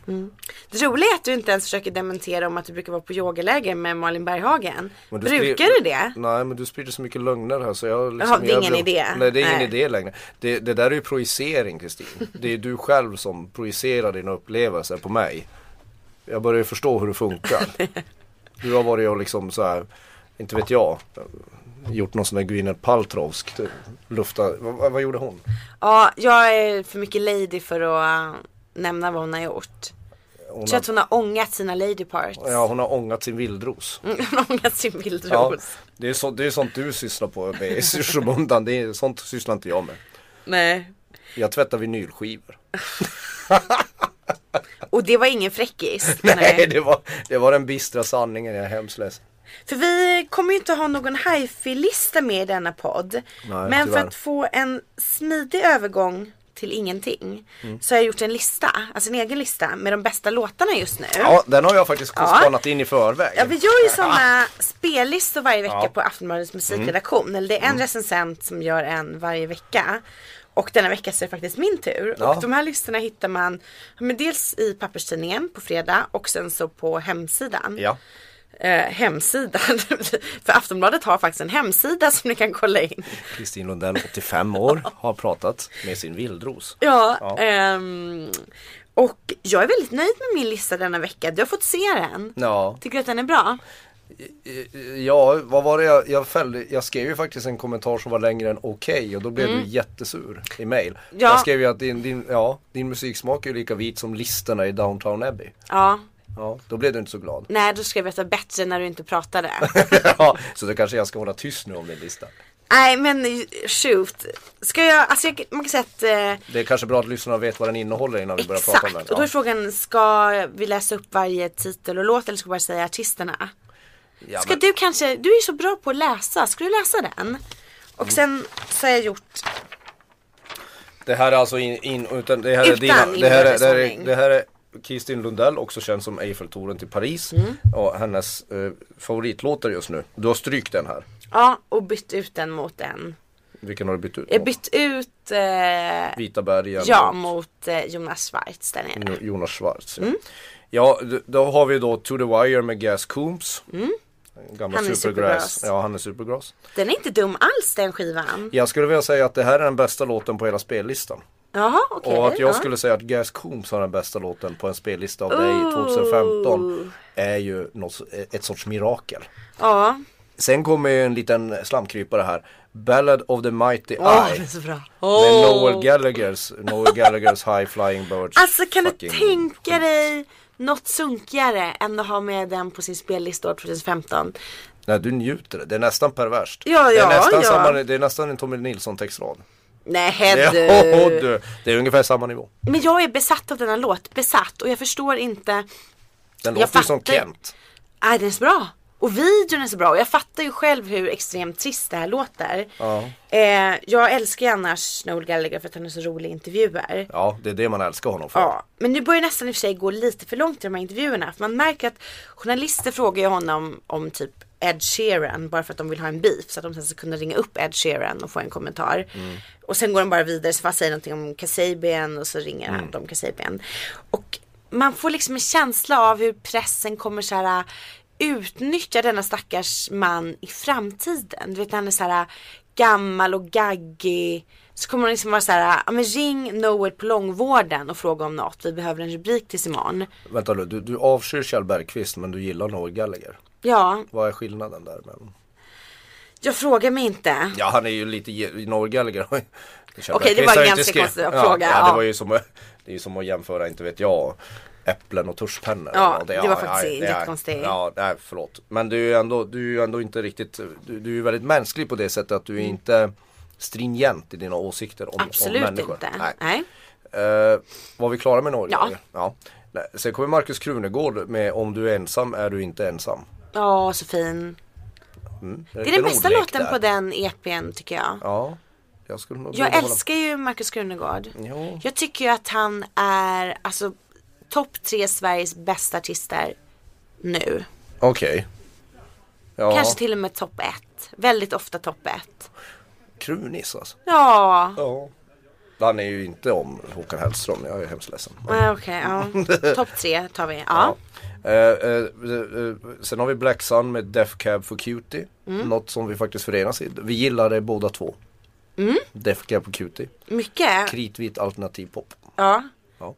Det roliga är att du inte ens försöker dementera om att du brukar vara på yogaläger med Malin Berghagen.
Men
Brukar
sprid-
du det?
Nej, men du sprider så mycket lögner här så jag liksom,
Jaha, det är
jag
ingen idé.
Nej, det är ingen
Nej.
idé längre. Det, det där är ju projicering Kristin. Det är du själv som projicerar dina upplevelser på mig. Jag börjar ju förstå hur det funkar. Du har varit och liksom så här, inte vet jag, gjort någon sån där Gwyneth Paltrowsk lufta, vad, vad gjorde hon?
Ja, jag är för mycket lady för att äh, nämna vad hon har gjort.
hon
Jag tror att hon har ångat sina lady parts.
Ja, hon har ångat sin vildros.
Hon har ångat sin Mm. vildros.
Ja, det, är så, det är sånt du sysslar på med i skymundan. Det är sånt sysslar inte jag med.
Nej.
Jag tvättar vinylskivor.
Och det var ingen fräckis.
Nej, det var, det var den bistra sanningen. Jag är hemskt ledsen.
För vi kommer ju inte ha någon hifi-lista med i denna podd.
Nej,
men
tyvärr.
för att få en smidig övergång till ingenting
Mm.
så har jag gjort en lista, alltså en egen lista med de bästa låtarna just nu.
Ja, den har jag faktiskt
Ja.
spanat in i förväg.
Ja, vi gör ju sådana spellistor varje vecka på Aftonbladets musikredaktion.
Mm.
Eller det är en recensent som gör en varje vecka. Och denna vecka så är det faktiskt min tur.
Ja.
Och de här listorna hittar man ja, men dels i papperstidningen på fredag och sen så på hemsidan
Ja.
eh, hemsida. För Aftonbladet har faktiskt en hemsida som ni kan kolla in.
Kristin Lundell, 85 år, har pratat med sin vildros.
Ja.
Ja.
ehm, och jag är väldigt nöjd med min lista denna vecka. Du har fått se den.
Ja,
Tycker du att den är bra?
ja vad var det jag, jag fällde? Jag skrev ju faktiskt en kommentar som var längre än okej och då blev du jättesur i mail.
Mm. Ja.
Jag skrev ju att din, din, ja, din musiksmak är ju lika vit som listerna i Downtown Abbey.
Ja.
Ja, då blev du inte så glad.
Nej, då skrev jag att det var bättre när du inte pratade.
ja, så då kanske jag ska hålla tyst nu om din lista.
Nej, men shoot. Ska jag, alltså jag, man kan säga att eh,
Det är kanske bra att lyssnarna vet vad den innehåller innan vi börjar prata om den.
Exakt, och då är frågan ska vi läsa upp varje titel och låt eller ska vi bara säga artisterna?
Ja,
Ska
men-
du kanske, du är ju så bra på att läsa, ska du läsa den? Och
Mm.
sen så har jag gjort
Det här är alltså in, in utan det här är
Utan
dina, det här är, det här är,
inbördesordning.
det här är Kristin Lundell, också känd som Eiffeltornet till Paris
Mm.
och hennes eh, favoritlåtar just nu. Du har strykt den här.
Ja, och bytt ut den mot en.
Vilken har du bytt ut?
Jag
mot?
bytt ut eh,
Vita bergen
ja
mot
mot eh, Jonas Schwarz där nere.
Jo- Jonas Schwarz.
Mm.
Ja, ja d- då har vi då To the Wire med Gas Coombs. Gamla
Mm. Han är
Supergrass.
Supergrass.
Ja, han är Supergrass.
Den är inte dum alls den skivan.
Jag skulle vilja säga att det här är den bästa låten på hela spellistan.
Jaha okej.
Och att jag
ja.
skulle säga att Gas Coombs har den bästa låten på en spellista av dig 2015 är ju något, ett sorts mirakel.
Ja.
Sen kommer ju en liten slamkrypare här. Ballad of the Mighty
Åh
Eye
den är så bra.
med
Åh.
Noel Gallaghers, Noel Gallaghers High Flying Birds.
Alltså kan du
fucking-
tänka dig något sunkigare än att ha med den på sin spellista år 2015?
Nej du njuter, det är nästan perverst.
Ja,
det, är
ja,
nästan
ja.
Samma, det är nästan en Tommy Nilsson textrad.
Nej
Det, är-
du.
du, det är ungefär samma nivå.
Men jag är besatt av denna låt, besatt och jag förstår inte
Den
Jag
låter ju som
fattar.
Kent.
Nej, den är så bra. Och videon är så bra. Och jag fattar ju själv hur extremt trist det här låter.
Ja.
Eh, jag älskar ju annars Noel Gallagher för att han är så rolig i intervjuer. Ja.
Ja, det är det man älskar honom för.
Men nu börjar det nästan i och för sig gå lite för långt i de här intervjuerna. För man märker att journalister frågar ju honom om typ Ed Sheeran bara för att de vill ha en beef. Så att de sen ska kunna ringa upp Ed Sheeran och få en kommentar. Och sen går de bara vidare. Så han säger någonting om Kasabian och så ringer han dem Kasabian. Och man får liksom en känsla av hur pressen kommer så här äh, utnyttja denna stackars man i framtiden. Du vet när han är så här äh, gammal och gaggig. Så kommer de liksom vara så här, ja men ring Noel på långvården och fråga om något. Vi behöver en rubrik tills imorgon.
Vänta nu, du, du avskyr Kjell Bergqvist men du gillar Noel Gallagher.
Ja,
Vad är skillnaden där? Men...
Jag frågar mig inte.
Ja han är ju lite ge- Noel Gallagher. Okej
Okej, det var ganska konstigt att fråga,
Ja, ja, det
ja.
var ju som, det är ju som att jämföra, inte vet jag, äpplen och tuschpennor.
Ja,
Och
det var faktiskt
det är-
jättekonstigt.
Ja, nej förlåt. Men du är ju ändå, du är ju ändå inte riktigt, du, du är ju väldigt mänsklig på det sättet att du är inte stringent i dina åsikter om, om
Mm. Absolut
människor.
inte.
Nej.
Nej.
Eh, var vi klara med Norge?
Ja.
eller? ja. Nej, Sen kommer Markus Krunegård med Om du är ensam är du inte ensam.
Ja, så fin. Det är den bästa låten på den EPn tycker jag.
Ja. Jag, skulle nog
Jag
vilja hålla-
älskar ju Markus Krunegård.
Jo.
Jag tycker ju att han är alltså topp tre Sveriges bästa artister nu.
Okej. Ja.
Kanske till och med topp ett. Väldigt ofta topp ett.
Krunis alltså.
Ja,
Ja. Han är ju inte om Håkan Hellström, jag är hemskt ledsen.
eh, okej. ja. Topp tre tar vi. Ja.
Eh, eh, eh, eh, sen har vi Black Sun med Def Cab for Cutie.
Mm.
Något som vi faktiskt förenas i. Vi gillar det båda två.
Mm.
Def Cab for Cutie.
Mycket.
Kritvit alternativ pop.
Ja.
Ja.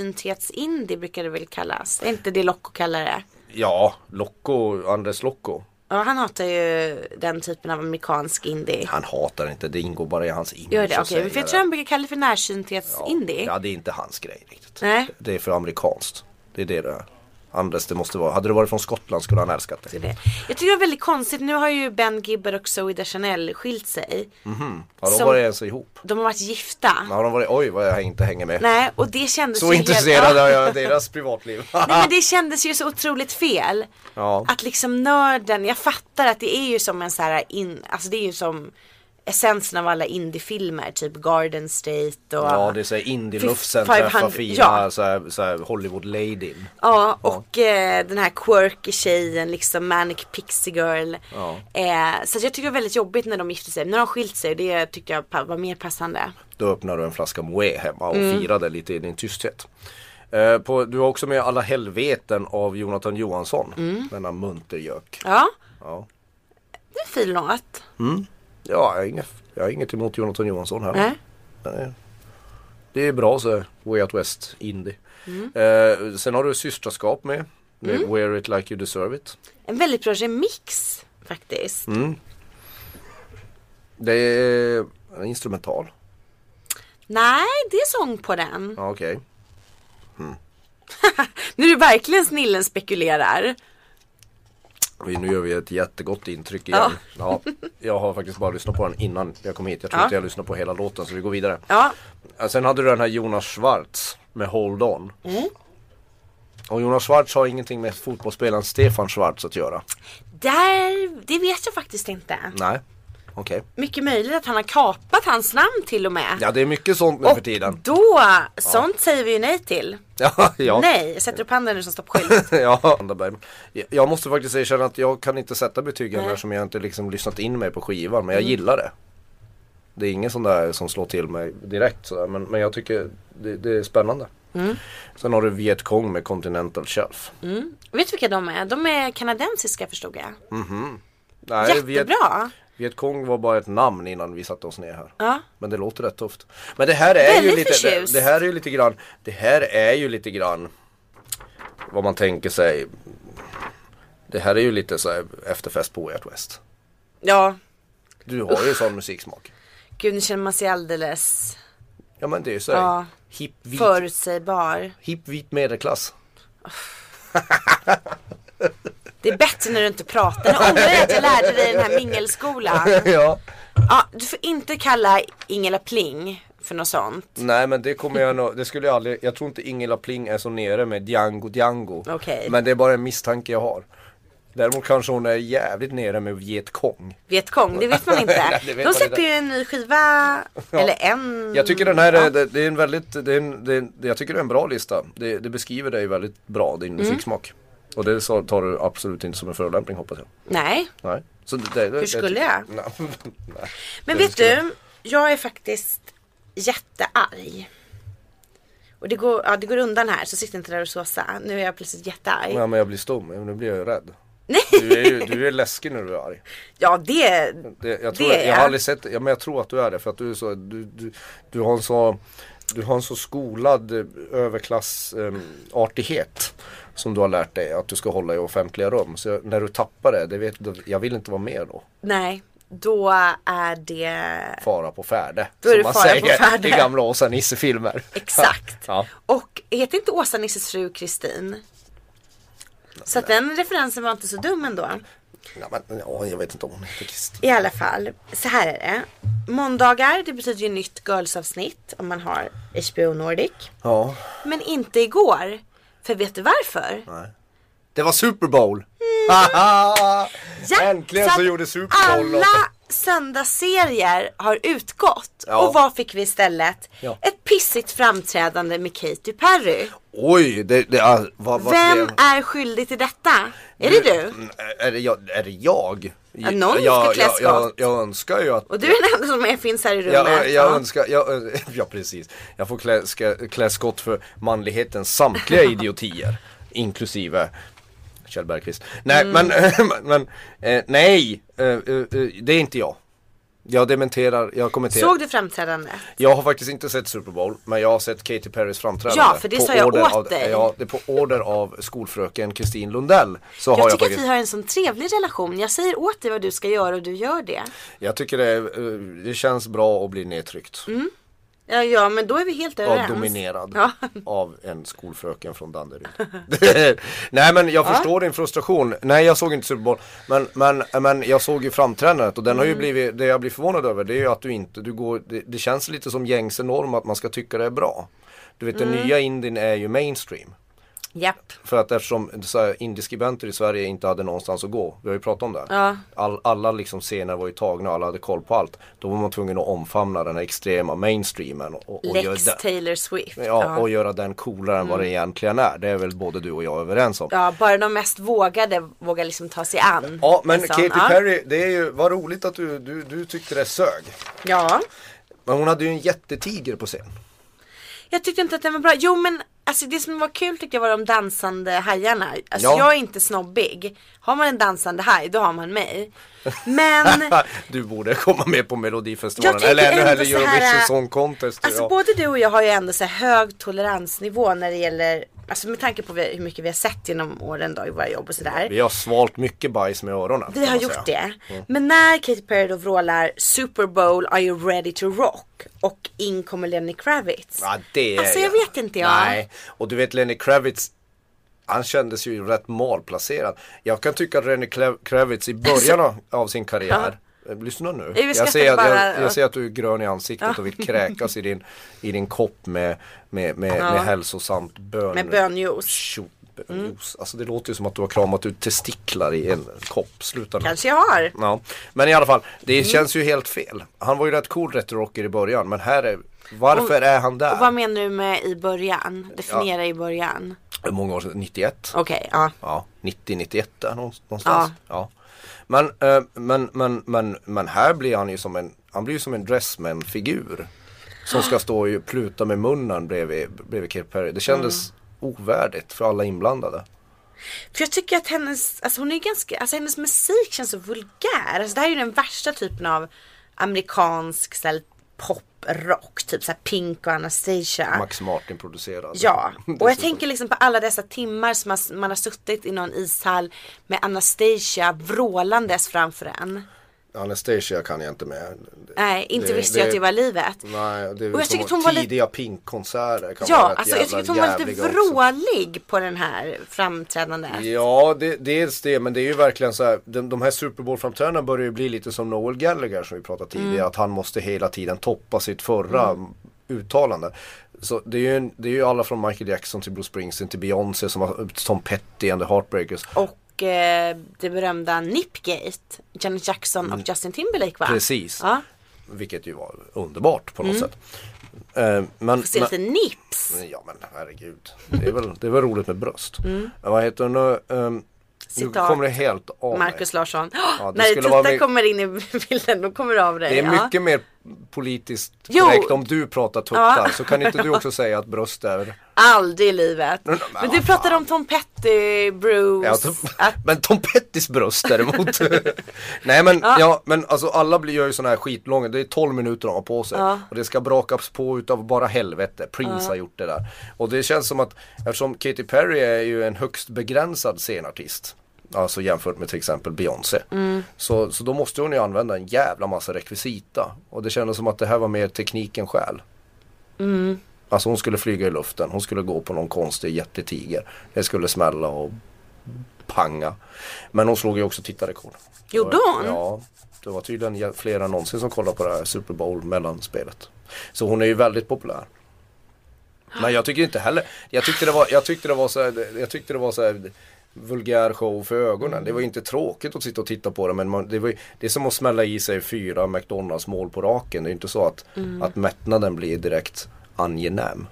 Närsynthetsindy brukar det väl kallas. Är inte det Loco kallar det?
Ja, Loco, Anders Loco.
Ja, han hatar ju den typen av amerikansk indie.
Han hatar inte, det ingår bara i hans image.
Gör det?
att
Okej,
säga
för jag tror han brukar kalla det för närsynthetsindy.
Ja, det är inte hans grej riktigt.
Nej.
Det är för amerikanskt. Det är det det är. Anders, det måste vara. Hade det varit från Skottland skulle han älskat det.
det. Jag tycker det var väldigt konstigt. Nu har ju Ben Gibbard och Zoe Deschanel skilt sig.
Har de
Som-
varit ens ihop?
De har varit gifta.
Har de varit, oj vad jag inte hänger med.
Nej, och det kändes
Så
ju
intresserad
helt...
är jag av deras privatliv.
Nej men det kändes ju så otroligt fel.
ja.
Att liksom nörden, jag fattar att det är ju som en så här in, alltså det är ju som essensen av alla indiefilmer, typ Garden State och
ja, det är såhär indie-lufsen
500
träffar fina
ja.
såhär, såhär Hollywood-ladyn.
Ja och eh, den här quirky tjejen liksom Manic Pixie Girl.
Ja.
Eh, så att jag tycker det var väldigt jobbigt när de gifte sig. Nu har de skilt sig och det tyckte jag pa- var mer passande.
Då öppnar du en flaska Moët hemma och
Mm.
firar det lite i din tysthet. Eh, på, du har också med Alla helveten av Jonathan Johansson.
Mm.
Denna muntergök.
Ja,
Ja.
det är en fin låt.
Ja, jag har, inget, jag har inget emot Jonathan Johansson här.
Nej.
Nej. Det är bra så här, Way Out West Indie.
Mm.
Eh, sen har du systraskap med. Med Wear It Like You Deserve It.
En väldigt bra remix faktiskt.
Mm. Det är en instrumental.
Nej, det är sång på den.
Ja, okej.
Nu är det verkligen snillen spekulerar.
Oj, Nu gör vi ett jättegott intryck igen. Ja. jag har faktiskt bara lyssnat på den innan jag kom hit. Jag tror
Ja.
inte jag lyssnade på hela låten så vi går vidare.
Ja,
Eh, Sen hade du den här Jonas Schwartz med Hold On.
Mm.
Och Jonas Schwartz har ingenting med fotbollsspelaren Stefan Schwartz att göra.
där, det vet jag faktiskt inte.
Nej, okej.
Mycket möjligt att han har kapat hans namn till och med.
Ja det är mycket sånt nu för tiden.
då, sånt säger vi ju nej till.
Ja, ja.
Nej, jag sätter upp handen nu som stoppskylt.
ja. Anderberg. Jag- Jag måste faktiskt erkänna att jag kan inte sätta betygen
Nej. Mm.
här som jag inte liksom lyssnat in mig på skivan men jag gillar det. Det är ingen sån där som slår till mig direkt sådär men, men jag tycker det, det är spännande.
Mm.
Sen har du Vietkong med Continental Shelf.
vet du vilka de är? De är kanadensiska förstod jag.
Nej,
Jättebra.
Vietkong var bara ett namn innan vi satte oss ner här.
Ja.
Men det låter rätt tufft. Men det här är ju
Väldigt
lite, det,
förtjust.
det här är ju lite grann, det här är ju lite grann vad man tänker sig. Det här är ju lite så här efterfest på Way Out West.
Ja,
Du har ju sån musiksmak.
gud nu känner man sig alldeles
Ja men det är ju så här,
Ja.
hipp vit,
förutsägbar.
hipp vit medelklass.
Det är bättre när du inte pratar. Nu ångrar jag att jag lärde dig den här mingelskolan.
ja.
Ja, du får inte kalla Ingela Pling för något sånt.
Nej men det kommer jag nog, det skulle jag aldrig, jag tror inte Ingela Pling är så nere med Django Django.
Okej.
Men det är bara en misstanke jag har. Däremot kanske hon är jävligt nere med Vietkong.
Vietkong, det vet man inte.
Nej, det vet man
De släpper
inte.
ju en ny skiva, eller en.
Jag tycker den här
Mm,
är, det, det är en väldigt, det är en, det är, en- jag tycker det är en bra lista. Det, det beskriver dig väldigt bra,
Mm.
din musiksmak. Och det sa- tar du absolut inte som en förolämpning hoppas jag.
Nej,
Nej. Så det, det,
Hur skulle jag?
Nej.
men
Det
vet
skulle-
du, jag är faktiskt jättearg. Och det går, ja, det går undan här, så sitt inte där och såsa. Nu är jag plötsligt jättearg.
Ja, men jag blir stum, nu blir jag ju rädd.
Nej,
Du är, ju, du är läskig när du är arg.
ja det,
Det, jag, tror,
Det är
jag har
jag.
aldrig sett ja, men jag tror att du är det för att du är så, du, du, du har en eh, så du har en så skolad överklassartighet. eh, som du har lärt dig att du ska hålla i offentliga rum. Så när du tappar det, det vet, jag vill inte vara med då.
Nej, då är det
Fara på färde.
Då är
som
det
man
fara på
säger
färde.
i gamla Åsa-Nisse-filmer.
exakt.
Ja.
Och heter inte Åsa-Nisses fru Kristin? Så att den referensen var inte så dum ändå.
Ja, men, ja, jag vet inte om hon heter
I
Kristin.
alla fall, så här är det. Måndagar, det betyder ju nytt girls-avsnitt om man har HBO Nordic.
Ja,
Men inte igår. För vet du varför?
det var Super Bowl!
Mm.
Haha! Äntligen så,
att
gjorde Super Bowl något.
Alla söndagsserier har utgått.
Ja.
Och vad fick vi istället?
Ja.
Ett pissigt framträdande med Katy Perry.
Oj, det, det, ah, vad, vad
Vem
blev-
är skyldig till detta? Är det du?
Mm, Är det jag? Är det jag? Ja,
någon ska klä
jag, jag,
skott.
jag önskar ju att
Och du är den enda som är, finns här i rummet.
jag, jag
va?
önskar, jag, ja precis. Jag får klä, ska, klä skott för manlighetens samtliga idiotier. inklusive Kjell Bergqvist. Nej
Mm.
men, men, men eh, nej, eh, eh, eh, det är inte jag. Jag dementerar, jag kommenterar.
Såg du framträdandet?
Jag har faktiskt inte sett Super Bowl, men jag har sett Katy Perrys framträdande.
Ja, för det
På
sa jag
order
åt
av,
dig.
Ja, det är på order av skolfröken Kristin Lundell. Så har
Jag
jag
tycker att
faktiskt.
vi har en sån trevlig relation. Jag säger åt dig vad du ska göra och du gör det.
Jag tycker det, är, eh, det känns bra att bli nedtryckt.
Ja, ja men då är vi helt
av
överens.
dominerad
Mm. Ja.
av en skolfröken från Danderyd. Nej men jag förstår din frustration. Nej jag såg inte Super Bowl. Men, men, men jag såg ju framträdandet och den
Mm.
har ju blivit, det jag blir förvånad över det är ju att du inte, du går, det, det känns lite som gängse norm att man ska tycka det är bra. Du vet
Mm.
den nya indien är ju mainstream.
Japp.
För att eftersom så här, indieskribenter i Sverige inte hade någonstans att gå, vi har ju pratat om det.
Ja.
All, alla liksom scener var ju tagna och alla hade koll på allt. Då var man tvungen att omfamna den här extrema mainstreamen. Och, och, och
Lex
göra det-
Taylor Swift.
Ja, och göra den coolare än vad det egentligen är. Det är väl både du och jag överens om. Ja,
Mm. Ja, bara de mest vågade vågar liksom ta sig an.
men
en sån.
Katy
Ja.
Perry, det är ju, vad roligt att du, du, du tyckte det sög.
Ja.
Men hon hade ju en jättetiger på scen.
Jag tyckte inte att den var bra. Jo men alltså det som var kul tyckte jag var de dansande hajarna. Alltså
Ja.
jag är inte snobbig. Har man en dansande haj då har man mig. Men
du borde komma med på
Jag
Melodifestivalen.
tänker
Eller ännu
ändå
hellre
så här,
Eurovision Song Contest.
Alltså
ja.
både du och jag har ju ändå så här hög toleransnivå när det gäller Alltså med tanke på vi- hur mycket vi har sett genom åren då i våra jobb och sådär.
Vi har svalt mycket bajs med öronen.
Vi
kan
har
man
gjort
säga. Mm.
det. Men när Katy Perry då vrålar Super Bowl Are You Ready To Rock och in kommer Lenny Kravitz.
Ja, det är
Alltså, jag vet inte, jag.
Nej, och du vet Lenny Kravitz han kändes ju rätt malplacerad. Jag kan tycka att Lenny Klav- Kravitz i början av- av sin karriär Eh, Lyssna nu.
vi
Jag
Alltså- skrattar
ser, att, jag,
bara.
jag ser att du är grön i ansiktet och vill kräkas i din, i din kopp med, med, med, med hälsosamt bön.
Med bönjuice. Mm.
Tjo- bönjuice. Alltså det låter ju som att du har kramat ut testiklar i en kopp. Sluta nu.
Kanske jag har.
Ja. Men i alla fall,
Mm.
det känns ju helt fel. Han var ju rätt cool retorocker i början men här är, varför är han där?
Och vad menar du med i början? Definiera i början.
Hur många år sedan? 91?
Okej, ja.
Ja, 90, 91 där någonstans. Ja.
Ja.
Men, eh, men, men, men, men här blir han ju som en, han blir ju som en Dressman-figur. Som ska stå och ju pluta med munnen bredvid, bredvid Katy Perry. Det kändes
Mm.
ovärdigt för alla inblandade.
För jag tycker att hennes, alltså hon är ju ganska, alltså hennes musik känns så vulgär. Alltså det här är ju den värsta typen av amerikansk så här, poprock. Typ såhär Pink och Anastasia.
Max Martin producerad.
Ja, och jag
Dessutom.
tänker liksom på alla dessa timmar som man, man har suttit i någon ishall med Anastasia vrålandes framför en.
Anastasia kan jag inte med.
Nej, inte
Det-
visste jag att det var livet.
Nej, det är
Och
väl
jag tycker
som
att hon var lite-
tidiga Pink-konserter. kan vara
Ja,
rätt
alltså jag tycker
jävla
att hon var lite
jävliga också.
vrålig på den här framträdandet.
Ja, det, dels det, men det är ju verkligen så här, de, de här Super Bowl-framträdandena börjar ju bli lite som Noel Gallagher som vi pratade tidigare,
Mm.
att han måste hela tiden toppa sitt förra uttalande. Så det är, ju, en- det är ju alla från Michael Jackson till Bruce Springsteen till Beyoncé som har Tom Petty and the Heartbreakers.
Och eh, det berömda Nipgate. Janet Jackson och Justin Timberlake va?
Mm. Precis.
Ja,
Vilket ju var underbart på något
Mm.
sätt. Eh, men,
får se lite nips.
ja men herregud, det är väl, det är väl roligt med bröst. Eh, Vad heter hon nu? Ehm, nu
Mm. Citat.
kommer det helt av mig.
Marcus Larsson.
Ja, det
När
skulle vara
Titta
my-
kommer in i bilden då kommer det av dig.
Det är
ja.
mycket mer politiskt
Jo.
korrekt om du pratar tuttar
Ja.
så kan inte du också säga att bröst är...
Aldrig i livet. Men,
men
du
vad
pratade om Tom Petty, Bruce.
Ja, Tom, men Tom Pettys bröst däremot. Nej men, ja. men alltså alla blir gör ju sådana här skitlånga, det är 12 minuter de har på sig. Och det ska brakas på utav bara helvete. Prince har gjort det där. Och det känns som att, eftersom Katy Perry är ju en högst begränsad scenartist. Alltså jämfört med till exempel Beyoncé. Så, så då måste hon ju använda en jävla massa rekvisita. Och det kändes som att det här var mer tekniken själ. Alltså hon skulle flyga i luften, hon skulle gå på någon konstig jättetiger. Det skulle smälla och panga. Men hon slog ju också tittarrekord.
Gjorde hon?
Ja. Det var tydligen jä- fler än någonsin som kollade på det här Super Bowl mellanspelet. Så hon är ju väldigt populär. Men jag tycker inte heller, jag tyckte det var, jag tyckte det var så här, jag tyckte det var så här vulgär show för ögonen. Det var ju inte tråkigt att sitta och titta på det men man, det, var, ju- det är som att smälla i sig fyra McDonalds mål på raken. Det är ju inte så att,
Mm.
att mättnaden blir direkt angenäm.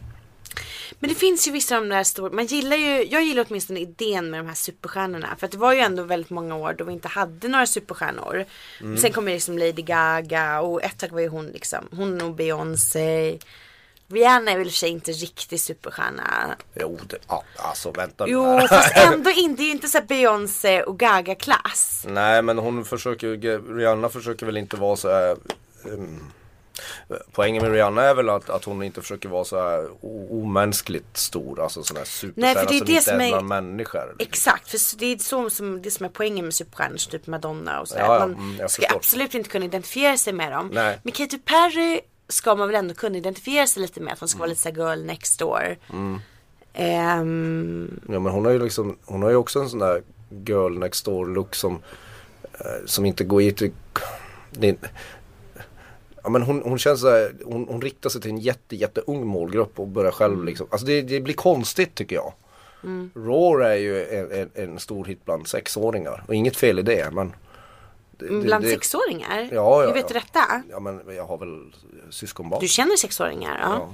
Men det finns ju vissa av de där stora, man gillar ju, jag gillar åtminstone idén med de här superstjärnorna. För att det var ju ändå väldigt många år då vi inte hade några superstjärnor.
Mm.
Sen kom ju liksom Lady Gaga och ett tag var ju hon liksom, hon och Beyoncé. Rihanna är väl i och för sig inte riktig superstjärna.
Jo, det, ja, alltså vänta nu
Jo,
här.
fast ändå inte, det är ju inte så här Beyoncé och Gaga klass.
Nej men hon försöker, ju- Rihanna försöker väl inte vara så här, ehm, Poängen med Rihanna är väl att, att hon inte försöker vara så här o- omänskligt stor, alltså sån här
Nej, för
superstjärna
det är
som
det
inte
som
är
är-
bland människor. liksom.
Exakt, för så- det är så som, det som är poängen med superstjärnor, så typ Madonna och sådär.
Ja, ja,
man
mm, jag
ska
förstår.
absolut inte kunna identifiera sig med dem.
Nej.
Med Katy Perry ska man väl ändå kunna identifiera sig lite med att hon ska vara lite såhär girl next door.
Mm.
Ehm,
Ja men hon har ju liksom, hon har ju också en sån där girl next door look som, eh, som inte går i till, det är, ja men hon, hon känns såhär, hon, hon riktar sig till en jätte, jätteung målgrupp och börjar själv liksom, alltså det, det blir konstigt tycker jag. Roar är ju en, en, en stor hit bland sexåringar och inget fel i det men det- det-
Mm, bland
det-
sexåringar?
Ja, ja,
Hur vet du
ja.
detta?
Ja men jag har väl syskonbarn.
Du känner sexåringar? Ja.
Ja.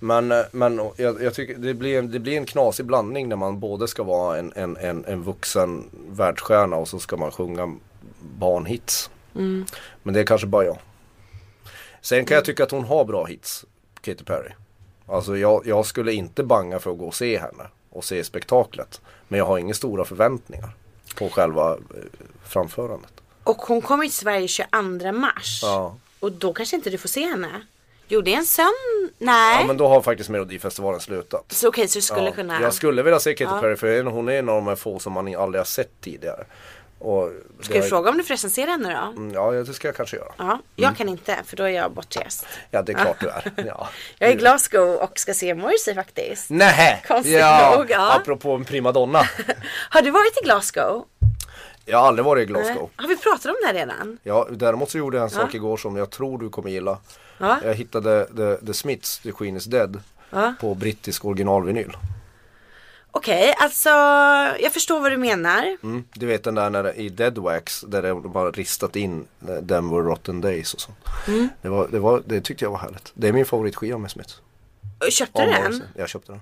Men, eh, men eh, jag, jag tycker det blir, det blir en knasig blandning när man både ska vara en, en, en, en vuxen världsstjärna och så ska man sjunga barnhits. Men det är kanske bara jag. Sen kan jag tycka att hon har bra hits, Katy Perry. Alltså jag, jag skulle inte banga för att gå och se henne och se spektaklet. Men jag har inga stora förväntningar på själva eh, framförandet.
Och hon kommer ju till Sverige 22 mars.
Ja.
Och då kanske inte du får se henne? Jo, det är en sömn... Nej.
Ja men då har faktiskt Melodifestivalen slutat.
Så okej, så du skulle
Ja,
kunna...
Jag skulle vilja se Katy Perry för hon är en av de här få som man aldrig har sett tidigare. Och
Ska vi fråga om du får recensera henne då?
Ja, det ska jag kanske göra.
Ja, jag kan inte för då är jag bortrest.
Ja, det är klart du är. Ja.
Jag är i Glasgow och ska se Morrissey faktiskt.
Nähä!
Konstigt
ja,
nog, ja.
Apropå en primadonna.
Har du varit i Glasgow?
Jag har aldrig varit i Glasgow.
Har vi pratat om det här redan?
Ja, däremot så gjorde jag en sak igår som jag tror du kommer gilla.
Ja.
Jag hittade The, The Smiths, The Queen is Dead. På brittisk originalvinyl.
Okej, alltså jag förstår vad du menar.
Mm. Du vet den där när, i Deadwax där de bara ristat in eh, Denver Rotten Days och sånt.
Mm.
Det, var, det, var, det tyckte jag var härligt. Det är min favoritskiva med Smiths.
Köpte du
Om
den?
Morrison. Jag köpte den.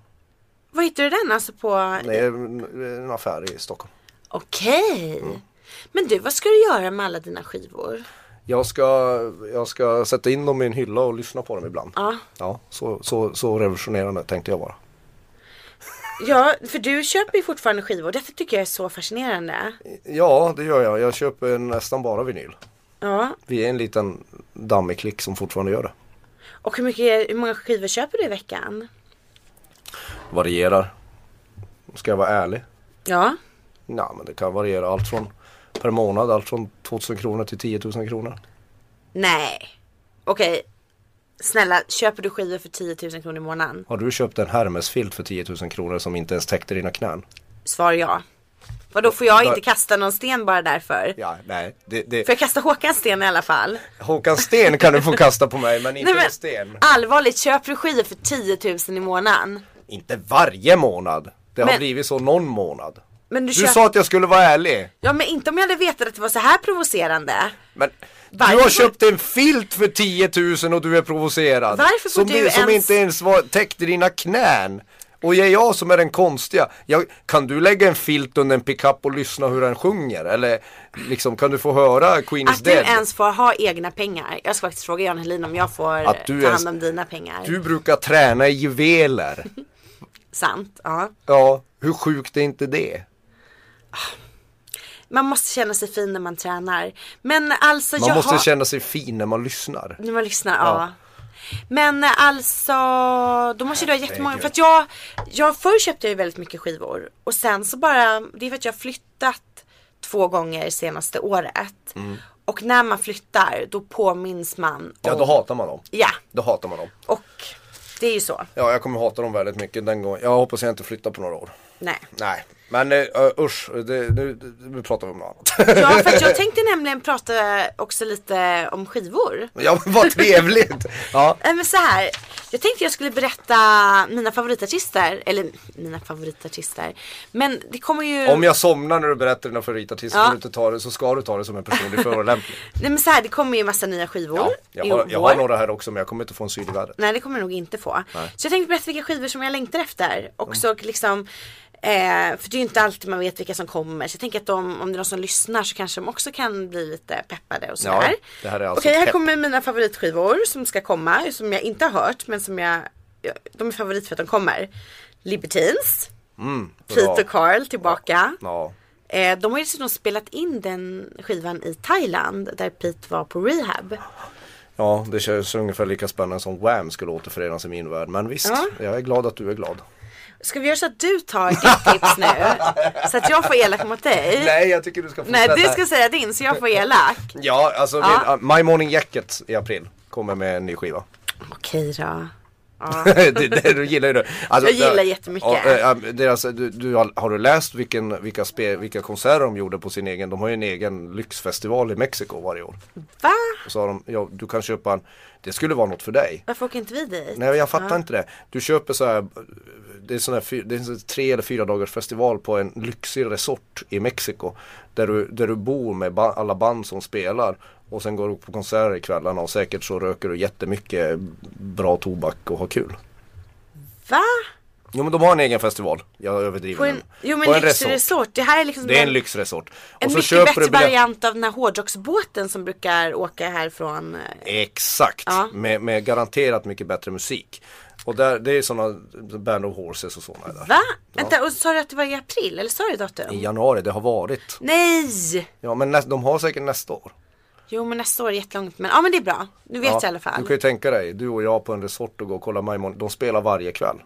Var hittade du den? Alltså på...
Det är en- en affär i Stockholm.
Okej.
Mm.
Men du, vad ska du göra med alla dina skivor?
Jag ska, jag ska sätta in dem i en hylla och lyssna på dem ibland.
Ja.
Ja, så, så, så revolutionerande tänkte jag vara.
Ja, för du köper ju fortfarande skivor. Detta tycker jag är så fascinerande.
Ja, det gör jag. Jag köper nästan bara vinyl.
Ja,
Vi är en liten dammig klick som fortfarande gör det.
och hur, mycket, hur många skivor köper du i veckan?
Varierar. Ska jag vara ärlig?
Ja,
Nej, men det kan variera allt från per månad, allt från 2000 kronor till 10 000 kronor.
Nej. Okej. Snälla, köper du skivor för 10 000 kronor i månaden?
Har du köpt en Hermes-filt för 10 000 kronor som inte ens täckte dina knän?
Svar ja. Vadå får jag inte kasta någon sten bara därför?
Ja, nej. Det, det...
Får jag kasta Håkan sten i alla fall?
Håkan Sten kan du få kasta på mig, men inte
Nej, men
en sten.
allvarligt, köper du skivor för 10 000 i månaden?
Inte varje månad. Det
Men-
har blivit så någon månad.
Men du,
Du
köper...
sa att jag skulle vara ärlig.
Ja men inte om jag hade vetat att det var så här provocerande.
Men
Varför
du har
får-
köpt en filt för 10 000 och du är provocerad.
Varför får
som,
du
som
ens-
inte ens var, täckte dina knän. Och det är jag som är den konstiga. Jag, kan du lägga en filt under en pickup och lyssna hur den sjunger? Eller liksom, kan du få höra Queen is
Att du
dead?
ens får ha egna pengar. Jag ska faktiskt fråga Jan Helin om jag får
Att du
ta
ens-
hand om dina pengar.
Du brukar träna i juveler.
Sant, ja.
Ja, hur sjukt är inte det?
Man måste känna sig fin när man tränar. Men alltså
Man
jag
måste
har...
känna sig fin när man lyssnar.
När man lyssnar, ja. Men eh, alltså, då måste du ha jättemånga. För att jag, jag, förr köpte jag ju väldigt mycket skivor. Och sen så bara, det är för att jag har flyttat två gånger senaste året.
Mm.
Och när man flyttar, då påminns man om,
Ja, då hatar man dem.
ja.
Då hatar man dem.
Och det är ju så.
Ja, jag kommer hata dem väldigt mycket den gången. Jag hoppas jag inte flyttar på några år.
Nej.
Nej, men eh, ö, usch, det, nu, nu pratar vi om något annat.
Ja, för att jag tänkte nämligen prata också lite om skivor.
ja, men vad trevligt! Ja.
Nej men så här. Jag tänkte jag skulle berätta mina favoritartister. Eller mina favoritartister. Men det kommer ju.
Om jag somnar när du berättar dina favoritartister
Ja.
får du inte ta det, så ska du ta det som en personlig förolämpning.
Nej men så här, det kommer ju en massa nya skivor.
Ja, jag,
i
har, jag har
vår.
några här också men jag kommer inte få en syl i världen.
Nej det kommer jag nog inte få. Så jag tänkte berätta vilka skivor som jag längtar efter.
Mm.
Också liksom. Eh, för det är ju inte alltid man vet vilka som kommer. Så jag tänker att de, om det är någon som lyssnar så kanske de också kan bli lite peppade och sådär.
Ja, det här är alltså
Okej här
pepp.
kommer mina favoritskivor som ska komma. Som jag inte har hört men som jag. jag- De är favorit för att de kommer. Libertines.
Mm, Bra.
Pete och Carl tillbaka.
Ja,
Eh, de har ju dessutom spelat in den skivan i Thailand där Pete var på rehab.
ja, det känns ungefär lika spännande som Wham skulle återförenas i min värld. Men visst,
Ja.
jag är glad att du är glad.
Ska vi göra så att du tar ditt tips nu? Så att jag får elak mot dig?
Nej, jag tycker du ska
Eh. Nej,
fortsätta.
du ska säga din så jag får elak.
Ja, alltså
Ja.
Min, uh, My Morning Jacket i april kommer med en ny skiva.
Okej då.
det, det, du gillar ju det. Alltså,
Jag gillar
det-
jättemycket.
Ja, eh, eh, deras, du, du, har, har du läst vilken, vilka, spe, vilka konserter de gjorde på sin egen? De har ju en egen lyxfestival i Mexiko varje år.
Va?
Så har de, ja, du kan köpa en, det skulle vara något för dig.
Varför åker inte vi dit?
Nej jag fattar inte det. Du köper så här, det är, sån här, fy- det är en sån här tre eller fyra dagars festival på en lyxig resort i Mexiko. Där du, där du bor med ba- alla band som spelar. Och sen går du på konserter i kvällarna och säkert så röker du jättemycket bra tobak och har kul.
Va?
Jo men de har en egen festival, jag överdriver
På en,
nu.
jo men
Mm. På en
lyxig resort. Det här är liksom
Det är en
den-
lyxresort.
en
Och så
mycket
köper
bättre
du biljett-
variant av den här hårdrocksbåten som brukar åka härifrån.
Exakt,
Ja.
med, med garanterat mycket bättre musik. Och där, det är sådana Band of Horses och sådana där.
Va? Vänta, och sa du att det var i april? Eller sa du datum?
I januari, det har varit.
Nej!
Ja men nä- de har säkert nästa år.
Jo men nästa år är jättelångt men ja men det är bra. Nu vet
Ja,
jag i alla
Du kan ju
fall.
tänka dig, du och jag på en resort och gå och kolla My Morning. De spelar varje kväll.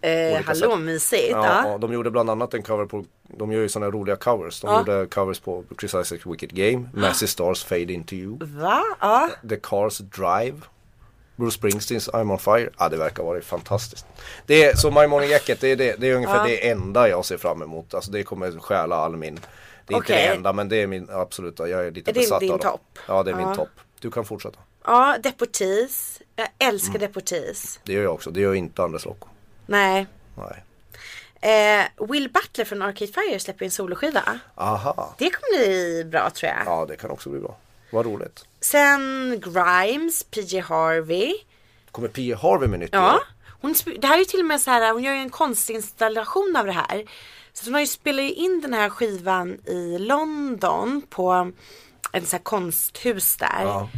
Eh,
olika
hallå
sätt.
mysigt.
Ja,
Ja,
ja, de gjorde bland annat en cover på, de gör ju sådana roliga covers. De
Ja.
gjorde covers på Chris Isaacs Wicked Game, Massive Stars Fade Into You,
Va? Ja.
The Cars Drive, Bruce Springsteens I'm On Fire. Ja det verkar vara fantastiskt. Det är, så My Morning Jacket, det är, det, det är ungefär det enda jag ser fram emot. Alltså det kommer stjäla all min, det är inte
Okej.
det enda men det är min absoluta, jag är lite
Är det
besatt
din
av dem.
topp?
Ja det är
Ja.
min topp. Du kan fortsätta.
Ja, Deportees. Jag älskar Deportees.
Det gör jag också, det gör inte Anders Lokko.
Nej.
Nej.
Eh, Will Butler från Arcade Fire släpper ju en soloskiva.
Aha,
Det kommer bli bra tror jag.
ja det kan också bli bra. Vad roligt.
Sen Grimes, PJ Harvey.
Kommer P.E. Harvey med nytt
Ja.
år?
Hon, sp- det här är ju till och med så här, hon gör ju en konstinstallation av det här. Så att hon har ju spelat ju in den här skivan i London på en så här konsthus där.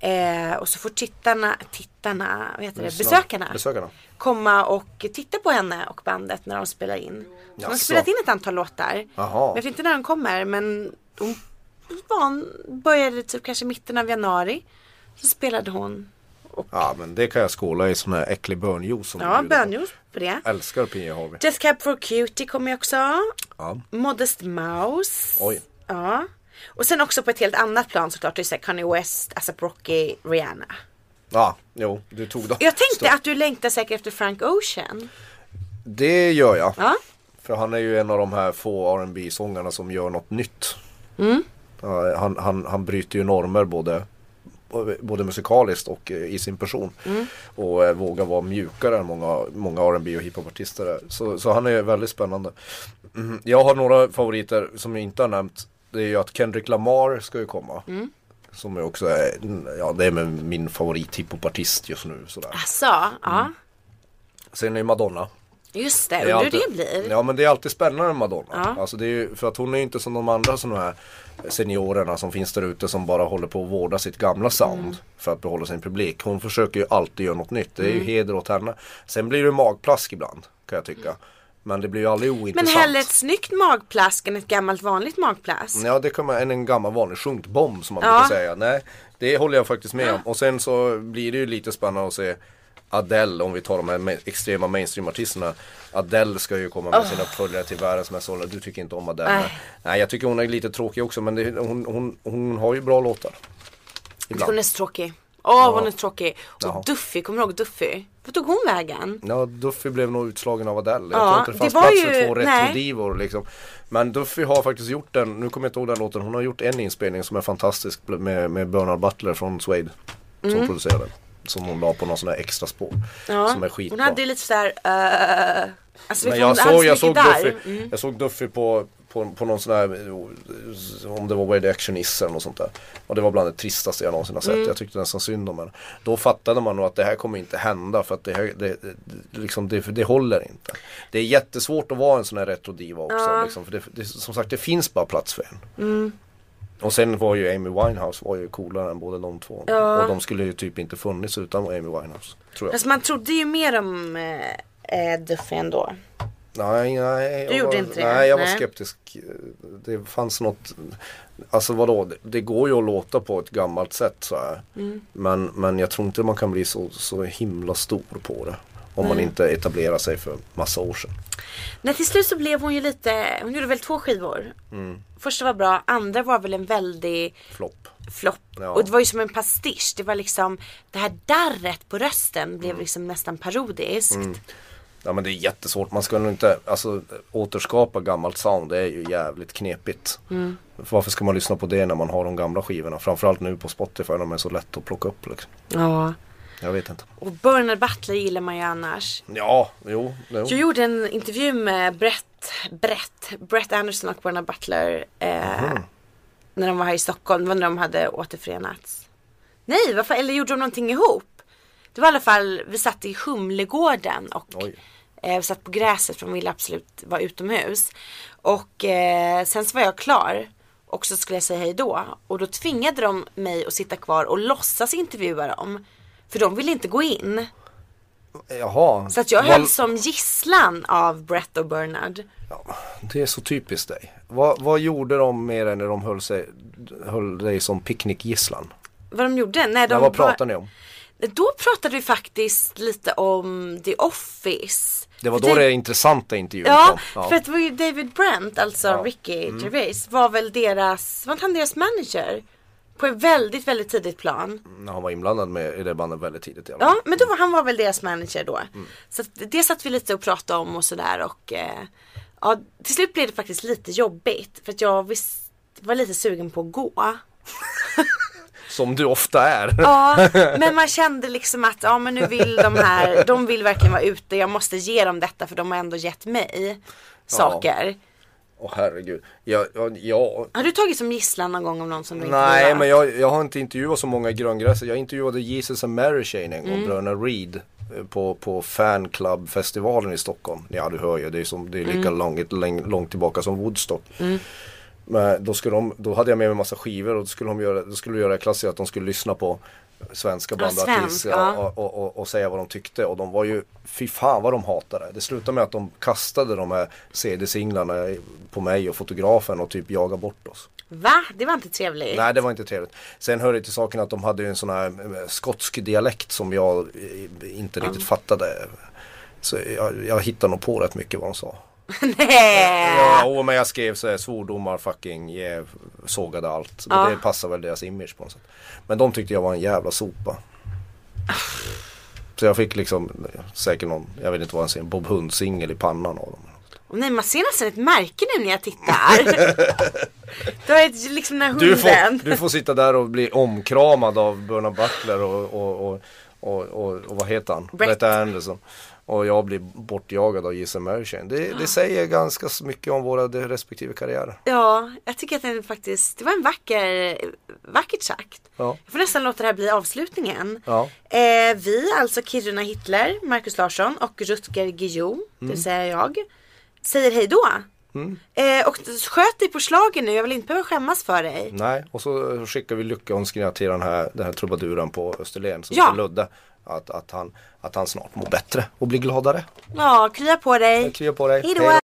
Eh, och så får tittarna, tittarna, vad heter det,
Lyssna.
besökarna,
Besökarna.
komma och titta på henne och bandet när de spelar in. Hon har
Jaså.
spelat in ett antal låtar.
Jaha.
Men jag vet inte när de kommer men hon van, började typ kanske mitten av januari. Så spelade hon.
Ja men det kan jag skåla i sån här äcklig bönjuice som
Ja,
du bjuder på.
bönjuice på det.
Älskar P.E. Harvey.
Death Cab for Cutie kommer ju också.
Ja.
Modest Mouse.
Oj.
Ja. Och sen också på ett helt annat plan såklart. Det är så här Kanye West, ASAP Rocky, Rihanna.
Ja, jo du tog dem.
Jag tänkte
Stort.
att du längtar säkert efter Frank Ocean.
Det gör jag.
Ja.
För han är ju en av de här få rb sångarna som gör något nytt. Ja, han, han, han bryter ju normer både, både musikaliskt och eh, i sin person. Och eh, vågar vara mjukare än många, många R&B och hiphop-artister är. Så, så han är väldigt spännande. Mm. Jag har några favoriter som jag inte har nämnt. Det är ju att Kendrick Lamar ska ju komma. Som ju också är, ja det är med min favorit hiphopartist just nu. Sådär.
Alltså, ja.
Sen är ju Madonna.
Just det,
är
undrar hur
alltid-
det blir.
Ja men det är alltid spännande med Madonna.
Ja.
Alltså det är ju, för att hon är ju inte som de andra sådana här seniorerna som finns där ute som bara håller på att vårda sitt gamla sound
Mm.
för att behålla sin publik. Hon försöker ju alltid göra något nytt. Det är
Mm.
ju heder åt henne. Sen blir det magplask ibland kan jag tycka. Men det blir ju aldrig
Mm. Men
ointressant.
hellre ett snyggt magplask än ett gammalt vanligt magplask.
Ja det kan man, en, en gammal vanlig sjunkbomb som man
Ja.
brukar säga. Nej, det håller jag faktiskt med om. Och sen så blir det ju lite spännande att se Adele, om vi tar de här ma- extrema mainstream-artisterna. Adele ska ju komma med sin uppföljare till världens mest sålda. Du tycker inte om Adele.
Nej.
Nej, Nej jag tycker hon är lite tråkig också men det, hon, hon, hon har ju bra låtar.
Hon
Ibland.
är så tråkig. Åh hon är tråkig. Och
Ja.
Duffy, kommer du ihåg Duffy? Vart tog hon vägen?
Ja, Duffy blev nog utslagen av Adele. Jag
Ja,
tror inte det
det
fanns
var
plats
ju-
för två
nej.
retrodivor liksom. Men Duffy har faktiskt gjort den, nu kommer jag inte ihåg den låten, hon har gjort en inspelning som är fantastisk med, med Bernard Butler från Suede. Som
Mm.
producerade. Som hon la på någon sån här extra spår. Som är skitbra.
hon hade ju lite sådär, uh, alltså
Men
vet,
jag,
hon hade
såg,
så
jag, såg
mycket där. Mm.
Duffy, jag såg Duffy på, på, på någon sån här, eh, om det var Where the Action Is eller något sånt där. Och det var bland det tristaste jag någonsin har sett.
Mm.
Jag tyckte nästan synd om henne. Då fattade man nog att det här kommer inte hända för att det, här, det, det, liksom, det, det håller inte. Det är jättesvårt att vara en sån här retrodiva också. Liksom, för det, det, som sagt, det finns bara plats för en.
Mm.
Och sen var ju Amy Winehouse var ju coolare än både de två. Och de skulle ju typ inte funnits utan Amy Winehouse. Tror
Fast
jag.
Alltså, man trodde ju mer om eh, eh, Duffy ändå.
Nej, nej.
Du
jag
gjorde
var,
inte det?
Nej, jag var
Nej.
skeptisk. Det fanns något, alltså vadå, det, det går ju att låta på ett gammalt sätt så här.
Mm.
Men, men jag tror inte man kan bli så, så himla stor på det. Om man inte etablerar sig för massa år sedan.
Nej till slut så blev hon ju lite, hon gjorde väl två skivor. Första var bra, andra var väl en väldig
Flopp.
flopp.
Ja.
Och det var ju som en pastisch. Det var liksom det här darret på rösten blev liksom nästan parodiskt.
Ja men det är jättesvårt, man ska nog inte, alltså återskapa gammalt sound det är ju jävligt knepigt.
Mm.
Varför ska man lyssna på det när man har de gamla skivorna? Framförallt nu på Spotify, de är så lätta att plocka upp liksom.
Ja.
Jag vet inte.
Och Bernard Butler gillar man ju annars.
Ja, jo, jo.
Jag gjorde en intervju med Brett, Brett, Brett Anderson och Bernard Butler. Eh, När de var här i Stockholm. Det var när de hade återförenats. Nej, varför, eller gjorde de någonting ihop? Det var i alla fall, vi satt i Humlegården och
Oj.
Eh, vi satt på gräset för de ville absolut vara utomhus. Och eh, sen så var jag klar. Och så skulle jag säga hej då. Och då tvingade de mig att sitta kvar och låtsas intervjua dem. För de ville inte gå in.
Jaha.
Så att jag
Vad-
hölls som gisslan av Brett och Bernard.
Det är så typiskt dig. Vad, vad gjorde de med dig när de höll, sig, höll dig som picknickgisslan?
Vad de gjorde? Nej, de
Ja, vad pratade ni om?
Då pratade vi faktiskt lite om The Office.
Det var
För
då
Dave-
det intressanta intervjun
Ja,
kom.
för att det var ju David Brent, alltså Ricky
Mm.
Gervais, var väl deras, var inte han deras manager? På ett väldigt, väldigt tidigt plan.
När han var inblandad med, i det bandet väldigt tidigt i alla fall.
Ja, men då var, han var väl deras manager då.
Mm.
Så att det satt vi lite och pratade om och sådär och eh, ja, till slut blev det faktiskt lite jobbigt. För att jag visst, var lite sugen på att gå.
Som du ofta är.
Ja, men man kände liksom att ja men nu vill de här, de vill verkligen vara ute. Jag måste ge dem detta för de har ändå gett mig saker.
Åh herregud. Jag, jag, jag,
Har du tagit som gisslan någon gång om någon som du inte
Nej
gillar?
men jag, jag har inte intervjuat så många gröngräsare. Jag intervjuade Jesus and Mary Chain en gång,
Mm.
bröderna Reed. eh, På, på fanclubfestivalen i Stockholm. Ja du hör ju, det är, som, det är lika
Mm.
långt, läng, långt tillbaka som Woodstock. Men då, skulle de, då hade jag med mig massa skivor och då skulle de göra, då skulle de göra det klassiska att de skulle lyssna på svenska band och
svensk,
artister
ja.
och, och, och, och säga vad de tyckte. Och de var ju, fy fan vad de hatade. Det slutade med att de kastade de här CD-singlarna på mig och fotografen och typ jagade bort oss.
Va? Det var inte trevligt.
Nej det var inte trevligt. Sen hör det till saken att de hade ju en sån här eh, skotsk dialekt som jag eh, inte riktigt fattade. Så jag, jag hittade nog på rätt mycket vad de sa.
Nej.
Ja, åh, men jag skrev så här, svordomar, fucking, yeah, sågade allt. Men
Ja.
Det passar väl deras image på något sätt. Men de tyckte jag var en jävla sopa. Så jag fick liksom säkert någon, jag vet inte vad han säger, Bob Hund-singel i pannan av dem.
Åh, nej man ser nästan ett märke nu när jag tittar. du har ett, liksom den här
Du
hunden.
får, du får sitta där och bli omkramad av Bernard Butler och, och, och, och, och, och vad heter han?
Brett.
Brett Anderson. och jag blir bortjagad av Gisela Merchant. Det, det säger ganska så mycket om våra respektive karriärer.
Ja, jag tycker att den faktiskt, det var en vacker, vackert sagt.
Ja.
Jag får nästan låta det här bli avslutningen.
Ja.
Eh, vi, alltså Kiruna Hitler, Markus Larsson och Rutger Guillou, det
Mm.
vill säga jag, säger hej då. Eh, och sköt dig på slagen nu, jag vill inte behöva skämmas för dig.
Nej, och så eh, skickar vi lyckönskningar till den här, den här trubaduren på Österlen som
Ja.
heter Ludde. Att, att, han, att han snart mår bättre och blir gladare.
Ja, krya på dig.
Krya på dig.
Hej då.
Hej